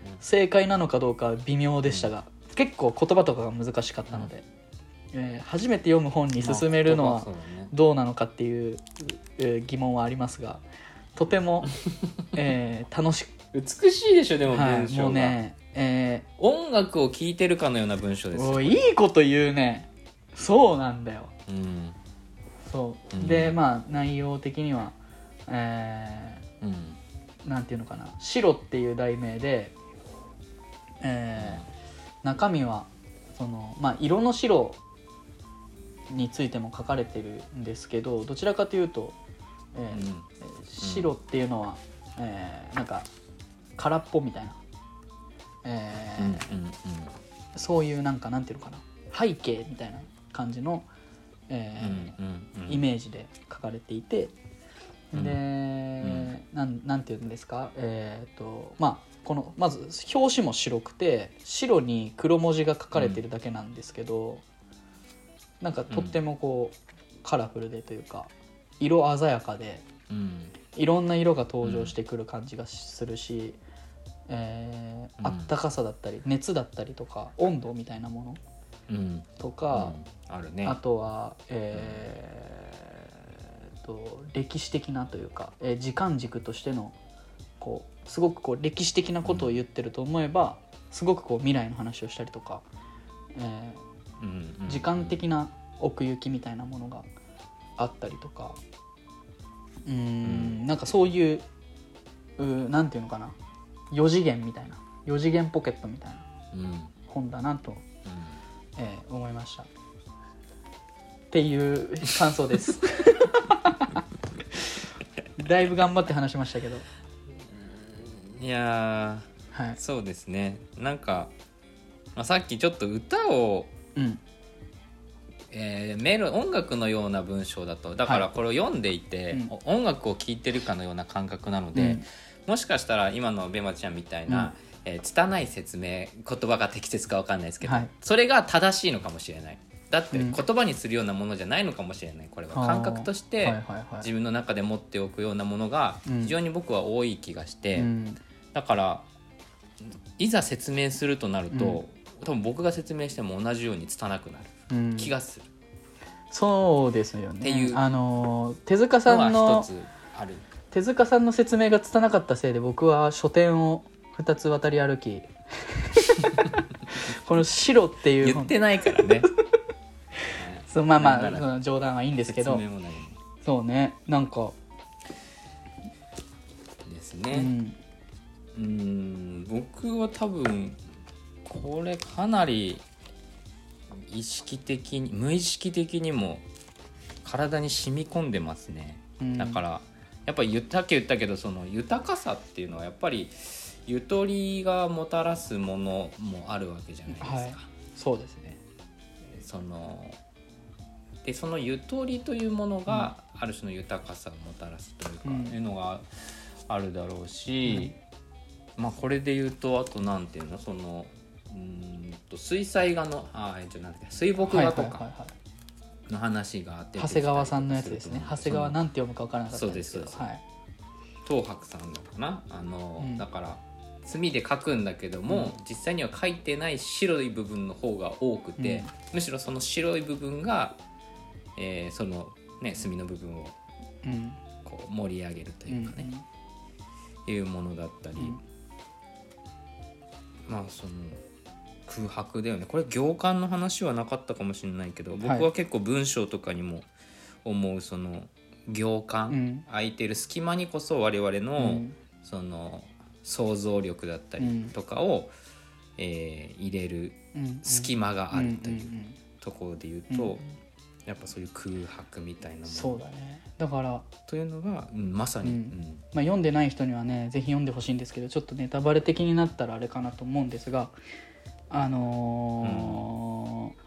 [SPEAKER 1] うん
[SPEAKER 2] 正解なのかどうかは微妙でしたが、結構言葉とかが難しかったので、えー初めて読む本に勧めるの
[SPEAKER 1] まあ
[SPEAKER 2] は
[SPEAKER 1] そうだね
[SPEAKER 2] どうなのかっていう、えー疑問はありますがとても、えー楽しく、
[SPEAKER 1] 美しいでしょでも
[SPEAKER 2] は
[SPEAKER 1] 文
[SPEAKER 2] い、も
[SPEAKER 1] 章
[SPEAKER 2] う
[SPEAKER 1] が、
[SPEAKER 2] ね、えー
[SPEAKER 1] 音楽を聴いてるかのような文章ですよ
[SPEAKER 2] おいいいこと言うねそうなんだよ
[SPEAKER 1] うん
[SPEAKER 2] そう、
[SPEAKER 1] うん
[SPEAKER 2] でまあ内容的にはえ
[SPEAKER 1] うん
[SPEAKER 2] ーなんていうのかな「白」っていう題名で、えー中身はその、まあ、色の白についても書かれてるんですけどどちらかというと、え
[SPEAKER 1] う
[SPEAKER 2] ー
[SPEAKER 1] ん
[SPEAKER 2] 白っていうのは、えーなんか空っぽみたいな、えー
[SPEAKER 1] うん
[SPEAKER 2] そういうなんかなんていうのかな背景みたいな感じの、え
[SPEAKER 1] う
[SPEAKER 2] ー
[SPEAKER 1] んうんうん
[SPEAKER 2] イメージで書かれていて、
[SPEAKER 1] うん
[SPEAKER 2] で、なんなんていうんですかえっ、とまあこのまず表紙も白くて白に黒文字が書かれてるだけなんですけど、なんかとってもこう、カラフルでというか色鮮やかで
[SPEAKER 1] うん
[SPEAKER 2] いろんな色が登場してくる感じがするし、えー
[SPEAKER 1] うん
[SPEAKER 2] あったかさだったり熱だったりとか温度みたいなも
[SPEAKER 1] う
[SPEAKER 2] の
[SPEAKER 1] ん
[SPEAKER 2] とか、
[SPEAKER 1] うんあるね
[SPEAKER 2] あとは、えーっと歴史的なというか、えー時間軸としてのこうすごくこう歴史的なことを言ってると思えば、すごくこう未来の話をしたりとか、え
[SPEAKER 1] うんうんう
[SPEAKER 2] ー
[SPEAKER 1] ん
[SPEAKER 2] 時間的な奥行きみたいなものがあったりとかうーん
[SPEAKER 1] うん
[SPEAKER 2] なんかそういううーなんていうのかな4次元みたいな4次元ポケットみたいな
[SPEAKER 1] うんうん
[SPEAKER 2] 本だなとえー、思いましたっていう感想です だいぶ頑張って話しましたけど
[SPEAKER 1] いや
[SPEAKER 2] はい
[SPEAKER 1] ー、そうですねなんか、まあ、さっきちょっと歌を、
[SPEAKER 2] うん、
[SPEAKER 1] えーメロ音楽のような文章だとだから
[SPEAKER 2] は
[SPEAKER 1] これを読んでいて、
[SPEAKER 2] うん
[SPEAKER 1] お音楽を聴いてるかのような感覚なので、
[SPEAKER 2] うん
[SPEAKER 1] もしかしたら今のベマちゃんみたいな、えー拙い説明言葉が適切かわかんないですけど、
[SPEAKER 2] はい
[SPEAKER 1] それが正しいのかもしれないだって
[SPEAKER 2] うん
[SPEAKER 1] 言葉にするようなものじゃないのかもしれないこれは感覚とし
[SPEAKER 2] はいはい
[SPEAKER 1] て
[SPEAKER 2] はい
[SPEAKER 1] 自分の中で持っておくようなものが
[SPEAKER 2] うん
[SPEAKER 1] 非常に僕は多い気がして、
[SPEAKER 2] うん
[SPEAKER 1] だからいざ説明するとなると、多分僕が説明しても同じように拙くなる
[SPEAKER 2] うん
[SPEAKER 1] 気がする
[SPEAKER 2] そうですよね
[SPEAKER 1] っていう
[SPEAKER 2] あの手塚
[SPEAKER 1] の
[SPEAKER 2] さん
[SPEAKER 1] は
[SPEAKER 2] の
[SPEAKER 1] 一つある
[SPEAKER 2] 手塚さんの説明がつたなかったせいで僕は書店を2つ渡り歩 きこの「白」っていう
[SPEAKER 1] 言
[SPEAKER 2] 本
[SPEAKER 1] ってないから ね
[SPEAKER 2] そうまあま
[SPEAKER 1] だ
[SPEAKER 2] あ
[SPEAKER 1] から
[SPEAKER 2] その冗談はいいんですけど
[SPEAKER 1] 説明もない
[SPEAKER 2] そうねなんか、
[SPEAKER 1] です
[SPEAKER 2] う
[SPEAKER 1] ね
[SPEAKER 2] ん、
[SPEAKER 1] うん僕は多分これかなり意識的に無意識的にも体に染み込んでますね、
[SPEAKER 2] うん
[SPEAKER 1] だからやっぱり言ったっけ言ったけどその豊かさっていうのはやっぱりゆとりがもたらすものもあるわけじゃないですか。
[SPEAKER 2] はいそうですね
[SPEAKER 1] そのでそのゆとりというものが、ある種の豊かさをもたらすというか、
[SPEAKER 2] うん
[SPEAKER 1] いうのがあるだろうし、まあこれで言うとあとなんていうのそのうーんと水彩画のあーえっとなんだっけ水墨画と
[SPEAKER 2] はいはい
[SPEAKER 1] か
[SPEAKER 2] はいはい
[SPEAKER 1] の話があって、
[SPEAKER 2] 長谷川さんのやつですね長谷川なんんて読むか分からなかったんけど
[SPEAKER 1] そうです
[SPEAKER 2] はい
[SPEAKER 1] 東博さんのかなあの、
[SPEAKER 2] うん
[SPEAKER 1] だから墨で描くんだけども、実際には描いてない白い部分の方が多くて、
[SPEAKER 2] うん
[SPEAKER 1] むしろその白い部分が、えーそのね墨の部分を
[SPEAKER 2] うん
[SPEAKER 1] こう盛り上げると
[SPEAKER 2] う
[SPEAKER 1] い
[SPEAKER 2] ん
[SPEAKER 1] うかね、いうものだったり、
[SPEAKER 2] うん
[SPEAKER 1] まあその空白だよねこれ行間の話はなかったかもしれないけど僕
[SPEAKER 2] はい
[SPEAKER 1] は結構文章とかにも思うその行間、
[SPEAKER 2] うん
[SPEAKER 1] 空いてる隙間にこそ我々
[SPEAKER 2] う
[SPEAKER 1] の、
[SPEAKER 2] ん
[SPEAKER 1] その想像力だったりとかを、えー入れる
[SPEAKER 2] うん
[SPEAKER 1] 隙間があるとい
[SPEAKER 2] ん
[SPEAKER 1] ううんところで言
[SPEAKER 2] うん
[SPEAKER 1] うと、
[SPEAKER 2] ん
[SPEAKER 1] やっぱそういう空白みたいなも
[SPEAKER 2] そ
[SPEAKER 1] の
[SPEAKER 2] うだねだから、ま
[SPEAKER 1] というのが、うんまさに、
[SPEAKER 2] う
[SPEAKER 1] うんん
[SPEAKER 2] あ、読んでない人にはねぜひ読んでほしいんですけどちょっとネタバレ的になったらあれかなと思うんですがあのー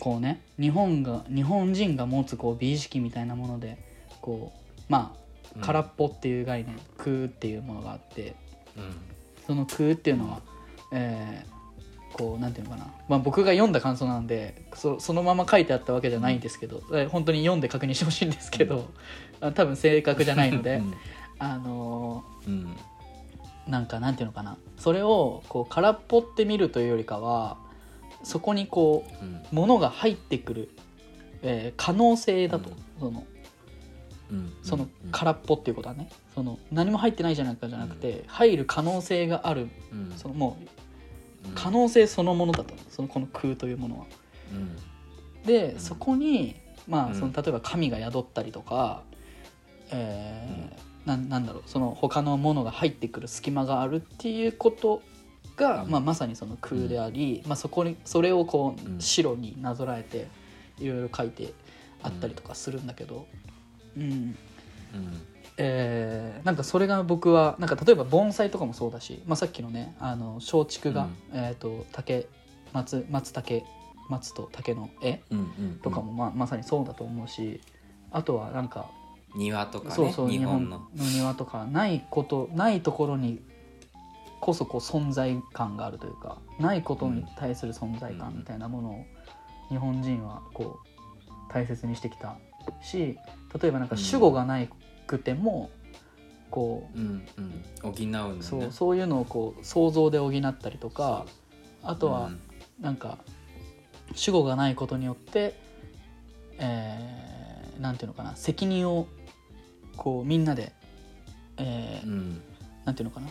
[SPEAKER 2] こうね日本が日本人が持つこう美意識みたいなものでこうまあ
[SPEAKER 1] うん
[SPEAKER 2] 空っぽっていう概念「空」っていうものがあって
[SPEAKER 1] うん
[SPEAKER 2] その空っていうのは、えーこうなんていうのかな、まあ、僕が読んだ感想なんでそそのまま書いてあったわけじゃないんですけど、えー本当に読んで確認してほしいんですけど、あ多分正確じゃない ので、あの
[SPEAKER 1] うん
[SPEAKER 2] ーなんかなんていうのかなそれをこう空っぽって見るというよりかはそこにこう
[SPEAKER 1] うん
[SPEAKER 2] 物が入ってくる、えー可能性だと、
[SPEAKER 1] うん
[SPEAKER 2] その
[SPEAKER 1] うん
[SPEAKER 2] その
[SPEAKER 1] うん
[SPEAKER 2] 空っぽっていうことはねその何も入ってないじゃないかじゃなくて、入る可能性がある
[SPEAKER 1] うん
[SPEAKER 2] そのもう
[SPEAKER 1] うん
[SPEAKER 2] 可能性そのものだとそのこの空というものは。
[SPEAKER 1] うん
[SPEAKER 2] で、
[SPEAKER 1] うん
[SPEAKER 2] そこに、ま
[SPEAKER 1] う
[SPEAKER 2] あ、
[SPEAKER 1] ん
[SPEAKER 2] その例えば神が宿ったりとか、えーなんなんだろうその他のものが入ってくる隙間があるっていうことが、
[SPEAKER 1] うん
[SPEAKER 2] まあ、まさにその空であり、まあ、そこにそれをこ
[SPEAKER 1] う
[SPEAKER 2] うん白になぞらえていろいろ書いてあったりとかするんだけど。うん
[SPEAKER 1] うん
[SPEAKER 2] えーなんかそれが僕はなんか例えば盆栽とかもそうだし、まあ、さっきのねあの松竹が、
[SPEAKER 1] うん
[SPEAKER 2] えー、と竹松松竹松と竹の絵
[SPEAKER 1] うんうん
[SPEAKER 2] とかもまあまさにそうだと思うしあとはなんか
[SPEAKER 1] 庭とかね
[SPEAKER 2] そうそう
[SPEAKER 1] 日
[SPEAKER 2] 日
[SPEAKER 1] 本
[SPEAKER 2] 本
[SPEAKER 1] の
[SPEAKER 2] の庭とかないことないところにこそこう存在感があるというかないことに対する存在感みたいなものを日本人はこう大切にしてきたし例えばなんか主語がないくてもこ
[SPEAKER 1] うんうん補うの
[SPEAKER 2] う
[SPEAKER 1] ね
[SPEAKER 2] そうそういうのをこう想像で補ったりとかあとは
[SPEAKER 1] うん
[SPEAKER 2] なんか主語がないことによって、えーなんていうのかな責任をこうみんなで、えー
[SPEAKER 1] うん
[SPEAKER 2] なんていうのかな、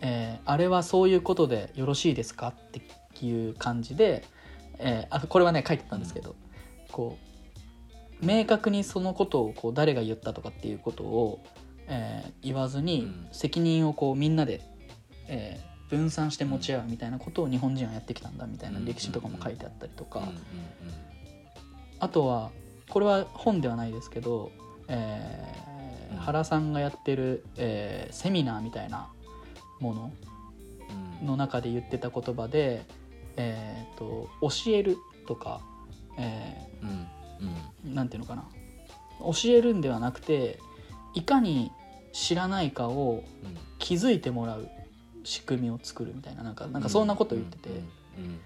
[SPEAKER 2] えーあれはそういうことでよろしいですかっていう感じで、えーあこれはね書いてたんですけど、こう明確にそのことをこう誰が言ったとかっていうことを、えー言わずに、
[SPEAKER 1] うん
[SPEAKER 2] 責任をこうみんなで、えー分散して持ち合うみたいなことを日本人はやってきたんだみたいな歴史とかも書いてあったりとか、
[SPEAKER 1] うんうん
[SPEAKER 2] あとはこれは本ではないですけど、えー
[SPEAKER 1] うん
[SPEAKER 2] 原さんがやってる、えーセミナーみたいなもの
[SPEAKER 1] うん
[SPEAKER 2] の中で言ってた言葉で「えー、と教える」とか、え
[SPEAKER 1] うんうん
[SPEAKER 2] ーなんていうのかな教えるんではなくていかに知らないかを
[SPEAKER 1] うん
[SPEAKER 2] 気づいてもらう仕組みを作るみたいななんかなんかそんなこと言ってて、
[SPEAKER 1] うんうん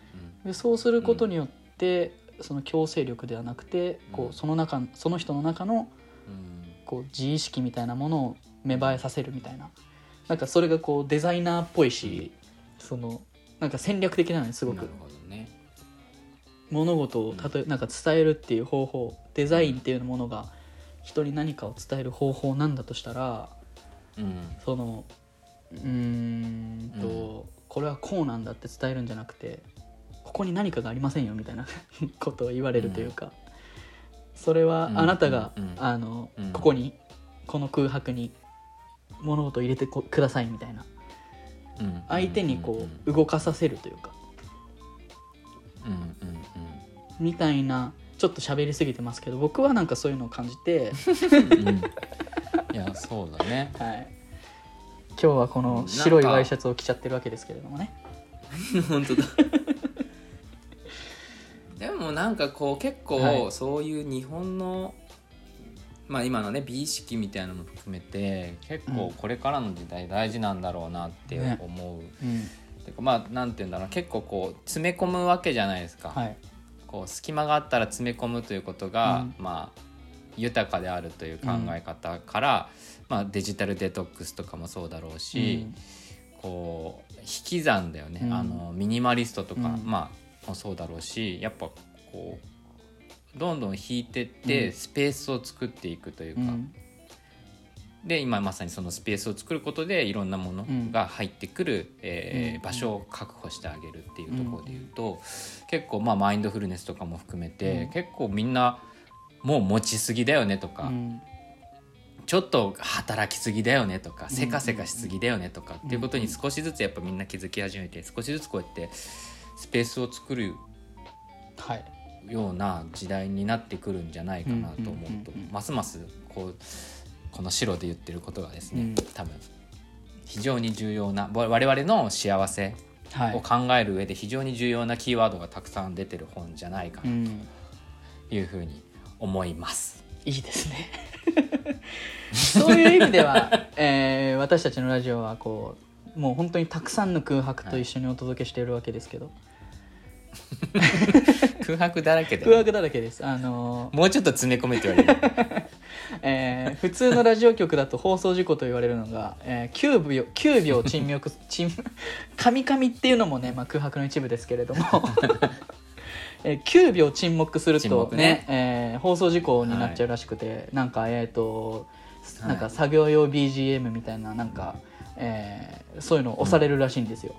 [SPEAKER 2] でそうすることによって、その強制力ではなくてこ
[SPEAKER 1] うん
[SPEAKER 2] うその中その人の中の
[SPEAKER 1] うん
[SPEAKER 2] こう自意識みたいなものを芽生えさせるみたいななんかそれがこうデザイナーっぽいしそのなんか戦略的なのにすご
[SPEAKER 1] な
[SPEAKER 2] く
[SPEAKER 1] るほどね
[SPEAKER 2] 物事をたとえなんか伝えるっていう方法デザインっていうものが人に何かを伝える方法なんだとしたら
[SPEAKER 1] うん
[SPEAKER 2] そのうーんと、これはこうなんだって伝えるんじゃなくてここに何かがありませんよみたいな ことを言われるというか、それは
[SPEAKER 1] うん
[SPEAKER 2] あなたが、
[SPEAKER 1] うんうん
[SPEAKER 2] あの
[SPEAKER 1] うん
[SPEAKER 2] ここにこの空白に物事を入れてこくださいみたいな
[SPEAKER 1] うん
[SPEAKER 2] 相手にこう動かさせるというか
[SPEAKER 1] うんうんうん
[SPEAKER 2] みたいなちょっと喋りすぎてますけど僕はなんかそういうのを感じ て、
[SPEAKER 1] うんうんいやそうだね
[SPEAKER 2] はい、今日はこの白いワイシャツを着ちゃってるわけですけれどもね。
[SPEAKER 1] 本当だでもなんかこう結
[SPEAKER 2] は
[SPEAKER 1] 構
[SPEAKER 2] い
[SPEAKER 1] そういう日本の、まあ今のね美意識みたいなのも含めて結
[SPEAKER 2] うん
[SPEAKER 1] 構これからの時代大事なんだろうなって
[SPEAKER 2] ね
[SPEAKER 1] 思う、
[SPEAKER 2] うん
[SPEAKER 1] てかまあなんて言うんだろう結構こう詰め込むわけじゃないですか、
[SPEAKER 2] はい
[SPEAKER 1] こう隙間があったら詰め込むということが、
[SPEAKER 2] うん
[SPEAKER 1] まあ豊かであるという考え方から、まあ、デジタルデトックスとかもそうだろうし、こう引き算だよね、
[SPEAKER 2] うん
[SPEAKER 1] あのミニマリストとか、
[SPEAKER 2] うん
[SPEAKER 1] まあもそうだろうしやっぱこうどんどん引いてって、
[SPEAKER 2] うん
[SPEAKER 1] スペースを作っていくという
[SPEAKER 2] う
[SPEAKER 1] か、
[SPEAKER 2] んうん
[SPEAKER 1] で今まさにそのスペースを作ることでいろんなものが入ってくる、えー
[SPEAKER 2] うん
[SPEAKER 1] 場所を確保してあげるっていうところで言うと、結構まあマインドフルネスとかも含めて、
[SPEAKER 2] うん
[SPEAKER 1] 結構みんなもう持ちすぎだよねとか、
[SPEAKER 2] うん
[SPEAKER 1] ちょっと働きすぎだよねとかせかせかしすぎだよねとかっていうことに少しずつやっぱみんな気づき始めて少しずつこうやってスペースを作る
[SPEAKER 2] はい
[SPEAKER 1] ような時代になってくるんじゃないかなと思うと
[SPEAKER 2] うんうんうんうん
[SPEAKER 1] ますますこうこの白で言ってることがです
[SPEAKER 2] うん
[SPEAKER 1] ね多分非常に重要な我々の幸せ
[SPEAKER 2] は
[SPEAKER 1] を
[SPEAKER 2] い
[SPEAKER 1] 考える上で非常に重要なキーワードがたくさん出てる本じゃないか
[SPEAKER 2] う、
[SPEAKER 1] なんというふうに思います。
[SPEAKER 2] いいですねそういう意味で は、えー私たちのラジオはこうもう本当にたくさんの空白と一緒にお届けしているわけですけど、
[SPEAKER 1] 空白だらけ
[SPEAKER 2] 空
[SPEAKER 1] で
[SPEAKER 2] 白だらけですあの
[SPEAKER 1] もうちょっと詰め込めって言われ る。
[SPEAKER 2] ーえー普通のラジオ局だと放送事故と言われるのが、えー9秒9秒沈黙 沈カミカミっていうのもね、まあ、空白の一部ですけれども えー9秒沈黙する
[SPEAKER 1] 沈
[SPEAKER 2] と
[SPEAKER 1] 黙
[SPEAKER 2] ね
[SPEAKER 1] ね
[SPEAKER 2] えー放送事故になっちゃうらしくて、なんかえっ、と
[SPEAKER 1] はい
[SPEAKER 2] なんか作業用 BGM みたいななんか、えーそういうのを押されるらしいんですよ、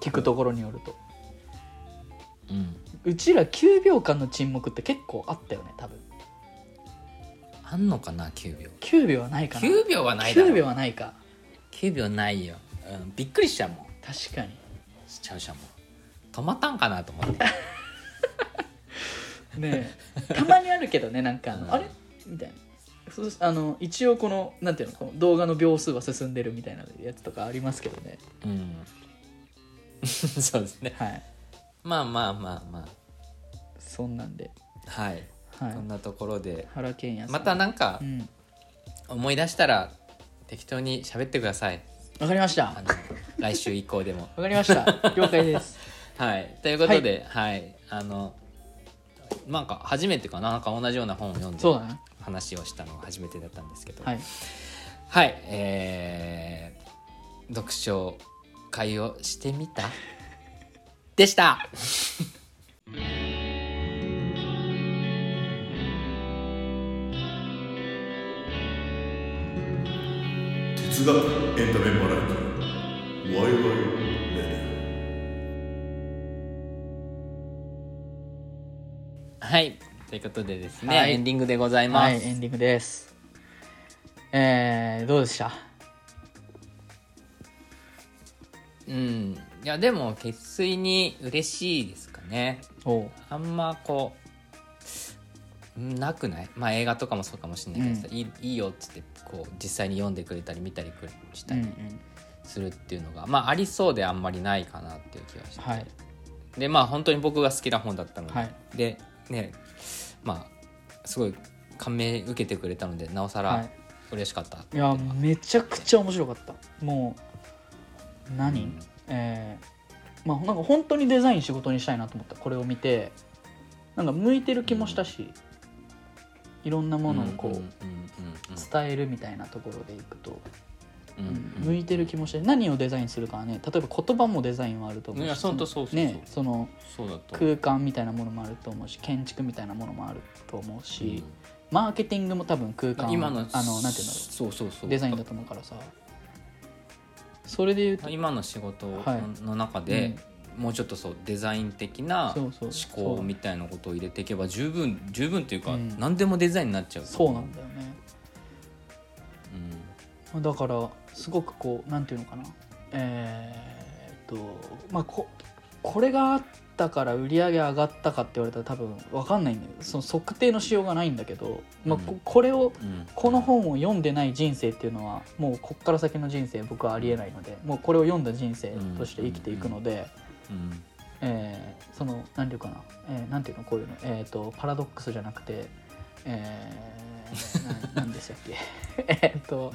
[SPEAKER 2] 聞くところによると
[SPEAKER 1] うん
[SPEAKER 2] うちら9秒間の沈黙って結構あったよね多分
[SPEAKER 1] あんのかな9秒
[SPEAKER 2] 9秒はないかな
[SPEAKER 1] 9秒はないだろ
[SPEAKER 2] 9秒はないか
[SPEAKER 1] 9秒ないよ、うん、びっくりしちゃうもん
[SPEAKER 2] 確かに
[SPEAKER 1] しちゃうしゃもん止まったんかなと思って
[SPEAKER 2] ねえたまにあるけどねなんか、
[SPEAKER 1] うん
[SPEAKER 2] あれみたいなそうあの一応このなんていうのこの動画の秒数は進んでるみたいなやつとかありますけどね
[SPEAKER 1] うん そうですね
[SPEAKER 2] はい
[SPEAKER 1] まあまあまあま
[SPEAKER 2] そんなんで、
[SPEAKER 1] あはい、
[SPEAKER 2] はい
[SPEAKER 1] そん、なところで
[SPEAKER 2] 原健也さん
[SPEAKER 1] またなんか
[SPEAKER 2] うん
[SPEAKER 1] 思い出したら適当に喋ってください
[SPEAKER 2] わかりました
[SPEAKER 1] あ
[SPEAKER 2] わ
[SPEAKER 1] の来週以降で も
[SPEAKER 2] かり ました了解です
[SPEAKER 1] はいということではい、あのなんか初めてかななんか同じような本を読んで
[SPEAKER 2] そうだね
[SPEAKER 1] 話をしたのが初めてだったんですけど、
[SPEAKER 2] はい
[SPEAKER 1] はい、えー、読書会をしてみ たでした。
[SPEAKER 3] 哲学エンタメバラエティワイワイレディオ
[SPEAKER 1] はい、ということでですね、
[SPEAKER 2] はい
[SPEAKER 1] エンディングでございま
[SPEAKER 2] はい
[SPEAKER 1] す。
[SPEAKER 2] エンディングですえー、どうでした
[SPEAKER 1] うん、いやでも決水に嬉しいですかね。
[SPEAKER 2] おう
[SPEAKER 1] あんまこううんなくないまあ映画とかもそうかもしれないけどさ、
[SPEAKER 2] う
[SPEAKER 1] いいいいよっつってこう実際に読んでくれたり見たりくれした
[SPEAKER 2] うんう
[SPEAKER 1] り
[SPEAKER 2] ん
[SPEAKER 1] するっていうのが、まあありそうであんまりないかなっていう気がしてて
[SPEAKER 2] はい
[SPEAKER 1] でまあ本当に僕が好きな本だったので、
[SPEAKER 2] はい
[SPEAKER 1] でねまあすごい感銘受けてくれたのでなおさ
[SPEAKER 2] は
[SPEAKER 1] ら
[SPEAKER 2] い
[SPEAKER 1] 嬉しかった、
[SPEAKER 2] いやめちゃくちゃ面白かったもう何、
[SPEAKER 1] うん
[SPEAKER 2] えーまあなんか本当にデザイン仕事にしたいなと思ったこれを見てなんか向いてる気もしたし、いろんなものをこう
[SPEAKER 1] うんうんうんうん
[SPEAKER 2] 伝えるみたいなところでいくと、向いてる気もして何をデザインするかはね例えば言葉もデザインはあると思う
[SPEAKER 1] い
[SPEAKER 2] し
[SPEAKER 1] やそうそうそうそう
[SPEAKER 2] ね、その
[SPEAKER 1] そうだと
[SPEAKER 2] 空間みたいなものもあると思うし建築みたいなものもあると思うし、マーケティングも多分空間を
[SPEAKER 1] 今の
[SPEAKER 2] あのなんていうんだろ
[SPEAKER 1] そうそうそうう
[SPEAKER 2] デザインだと思うからさそれで言うと
[SPEAKER 1] 今の仕事
[SPEAKER 2] はい
[SPEAKER 1] の中で、もうちょっとそうデザイン的な
[SPEAKER 2] そ
[SPEAKER 1] 思
[SPEAKER 2] うそう
[SPEAKER 1] 考みたいなことを入れていけば十分十分というか、
[SPEAKER 2] うん
[SPEAKER 1] 何でもデザインになっちゃう
[SPEAKER 2] そうなんだよね
[SPEAKER 1] うん
[SPEAKER 2] まあだからすごくこうなんていうのかなえーっとまあここれがあったから売り上げ上がったかって言われたら多分分かんないんだけどその測定のしようがないんだけど、まあ、こ
[SPEAKER 1] うん
[SPEAKER 2] これを
[SPEAKER 1] うん
[SPEAKER 2] この本を読んでない人生っていうのはもうこっから先の人生僕はありえないのでもうこれを読んだ人生として生きていくので、
[SPEAKER 1] うん
[SPEAKER 2] えーその何ていうかな、えーなんていうのこういうの、えー、とパラドックスじゃなくて、えー、ななんでしたっけ えっと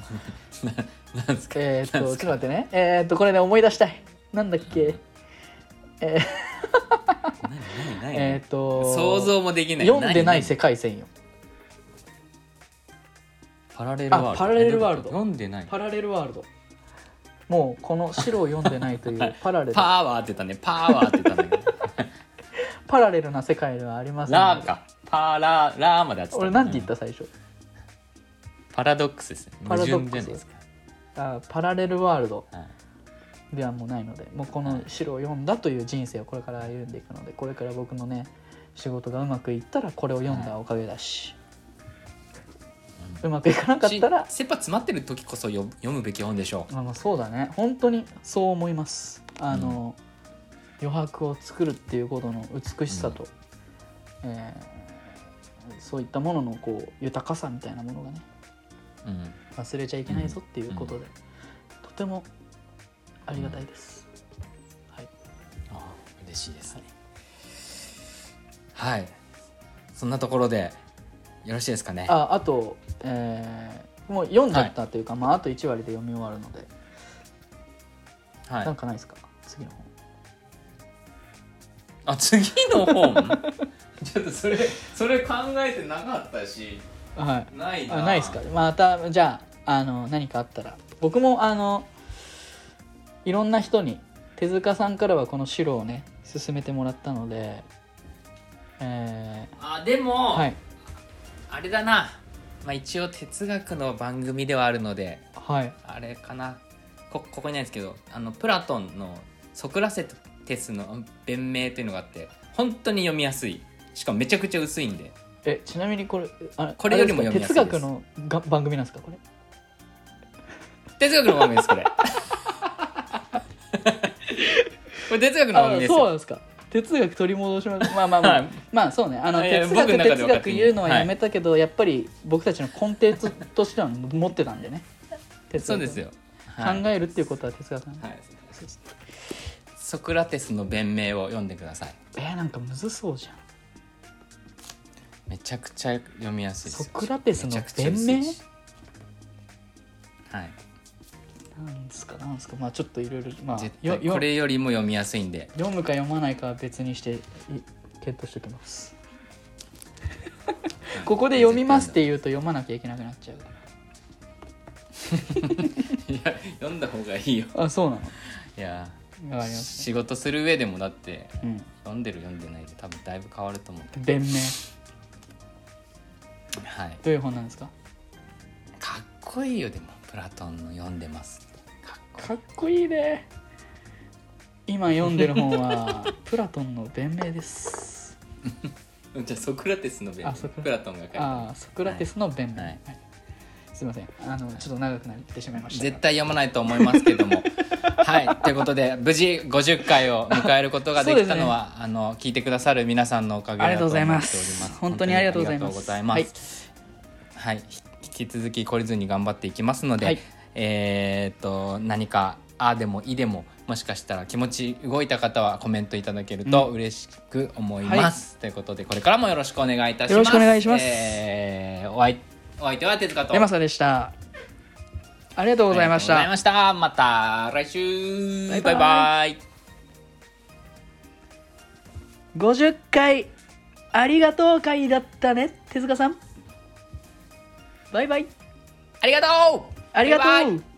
[SPEAKER 1] なんですか
[SPEAKER 2] えー、っとちょっと待ってねえー、っとこれね思い出したいなんだっけえー、
[SPEAKER 1] 何何
[SPEAKER 2] えーっと
[SPEAKER 1] 想像もできない
[SPEAKER 2] 読んでない世
[SPEAKER 1] 何
[SPEAKER 2] 界線よ
[SPEAKER 1] 何パラレルワールド
[SPEAKER 2] あパラレルワールド
[SPEAKER 1] えどういうこと読んでない
[SPEAKER 2] パラレルワールドもうこの白を読んでないという パラレル
[SPEAKER 1] パーは当てたねパーは当てた ね
[SPEAKER 2] パラレルな世界ではありますので
[SPEAKER 1] ラーかパーラーラーまで当てたね
[SPEAKER 2] 俺なんて言った最初
[SPEAKER 1] パラドックスですね
[SPEAKER 2] パ
[SPEAKER 1] 矛
[SPEAKER 2] ラ
[SPEAKER 1] 盾じ
[SPEAKER 2] ド
[SPEAKER 1] ゃな
[SPEAKER 2] ック
[SPEAKER 1] い
[SPEAKER 2] ス
[SPEAKER 1] ですか
[SPEAKER 2] あパラレルワールド
[SPEAKER 1] はい
[SPEAKER 2] ではもうないのでもうこの白を読んだという人生をこれから歩んでいくのでこれから僕のね仕事がうまくいったらこれを読んだおかげだし、うまくいかなかったら
[SPEAKER 1] し切羽詰まってる時こそ読読むべき本でしょう
[SPEAKER 2] まあまあそうだね本当にそう思いますあの、余白を作るっていうことの美しさと、えーそういったもののこう豊かさみたいなものがね
[SPEAKER 1] うん
[SPEAKER 2] 忘れちゃいけないぞっていうことで、とてもありがたいです、はい
[SPEAKER 1] あー嬉しいですねはい、そんなところでよろしいですかね
[SPEAKER 2] ああと、えーもう読んじゃったというか、まあ、あと1割で読み終わるので、
[SPEAKER 1] はい
[SPEAKER 2] なんかないですか次の本
[SPEAKER 1] あ次の本 ちょっとそれそれ考えてなかったし
[SPEAKER 2] はい
[SPEAKER 1] ない
[SPEAKER 2] あないですかまたじゃああの何かあったら僕もあのいろんな人に手塚さんからはこの白をね勧めてもらったのでえ
[SPEAKER 1] あでも、
[SPEAKER 2] ーはい
[SPEAKER 1] あれだな、まあ、一応哲学の番組ではあるので
[SPEAKER 2] はい
[SPEAKER 1] あれかなこここにないですけどあのプラトンの「ソクラセテスの弁明」というのがあって本当に読みやすいしかもめちゃくちゃ薄いんで
[SPEAKER 2] えちなみにこれあ
[SPEAKER 1] これよりも
[SPEAKER 2] あですか
[SPEAKER 1] 読みやすいです
[SPEAKER 2] 哲学のが番組なんですかこれ
[SPEAKER 1] 哲学の番組 ですこれこれ哲学の番組
[SPEAKER 2] あ
[SPEAKER 1] です
[SPEAKER 2] そうな
[SPEAKER 1] よ
[SPEAKER 2] んですか哲学取り戻し ますまあまあまあ、
[SPEAKER 1] はい
[SPEAKER 2] まあそうねあの
[SPEAKER 1] いや
[SPEAKER 2] 哲
[SPEAKER 1] 僕の中
[SPEAKER 2] 学
[SPEAKER 1] では
[SPEAKER 2] 哲
[SPEAKER 1] 勝
[SPEAKER 2] 学
[SPEAKER 1] 手に
[SPEAKER 2] 言うのはやめたけど、やっぱり僕たちのコンテンツとしては持ってたんでね哲
[SPEAKER 1] そう
[SPEAKER 2] 学
[SPEAKER 1] ですよ、
[SPEAKER 2] 考
[SPEAKER 1] はい
[SPEAKER 2] えるっていうことは哲学なんだ
[SPEAKER 1] はいソクラテスの弁明を読んでください
[SPEAKER 2] えー、なんかむずそうじゃん
[SPEAKER 1] めちゃくちゃ読みやすいですよ
[SPEAKER 2] ソクラテスの
[SPEAKER 1] めちゃくちゃ薄いしはい
[SPEAKER 2] なんですかなんですかまあちょっといろいろまあ
[SPEAKER 1] 絶
[SPEAKER 2] よ
[SPEAKER 1] 対
[SPEAKER 2] よ
[SPEAKER 1] これよりも読みやすいんで
[SPEAKER 2] 読むか読まないかは別にしてい検討してお きますここで読みますって言うと読まなきゃいけなくなっちゃうか
[SPEAKER 1] いや読んだ方がいいよ
[SPEAKER 2] らあそうなの
[SPEAKER 1] いや
[SPEAKER 2] わかります
[SPEAKER 1] 仕事する上でもだって
[SPEAKER 2] うん
[SPEAKER 1] 読んでる読んでないで多分だいぶ変わると思うんで
[SPEAKER 2] 弁明
[SPEAKER 1] はい
[SPEAKER 2] どういう本なんですか
[SPEAKER 1] かっこいいよでもプラトンの読んでますかっこ
[SPEAKER 2] かっこいいね今読んでる本 はプラトンの弁明です
[SPEAKER 1] いいじゃあソクラテスの弁
[SPEAKER 2] あソクラ
[SPEAKER 1] プラトンが書いて
[SPEAKER 2] ああソクラテスの弁明、
[SPEAKER 1] は
[SPEAKER 2] はいいすいませんあのちょっと長くなってしまいましたが
[SPEAKER 1] 絶対読まないと思いますけども はいということで無事50回を迎えることができたのは、あの聞いてくださる皆さんのおかげ
[SPEAKER 2] ありがとうございま
[SPEAKER 1] だと思っております
[SPEAKER 2] す本当にありがとうございます
[SPEAKER 1] 本当にありがとうございますはい、ひ引き続き懲りずに頑張っていきますので、
[SPEAKER 2] はい
[SPEAKER 1] えーっと何かあーでもいいでももしかしたら気持ち動いた方はコメントいただけると嬉しく思います、ということでこれからもよろしくお願いいたします
[SPEAKER 2] よろしくお願いします
[SPEAKER 1] えーお相お相手は手塚と
[SPEAKER 2] 山さでしたありがとうございまし
[SPEAKER 1] あり
[SPEAKER 2] た
[SPEAKER 1] がとうございました。また来週。
[SPEAKER 2] バイ
[SPEAKER 1] バ
[SPEAKER 2] バ
[SPEAKER 1] イ
[SPEAKER 2] イ
[SPEAKER 1] バイ。
[SPEAKER 2] 50回ありがとう会だったね手塚さんバイバイ
[SPEAKER 1] ありがとう。
[SPEAKER 2] ありがとう
[SPEAKER 1] バイバイ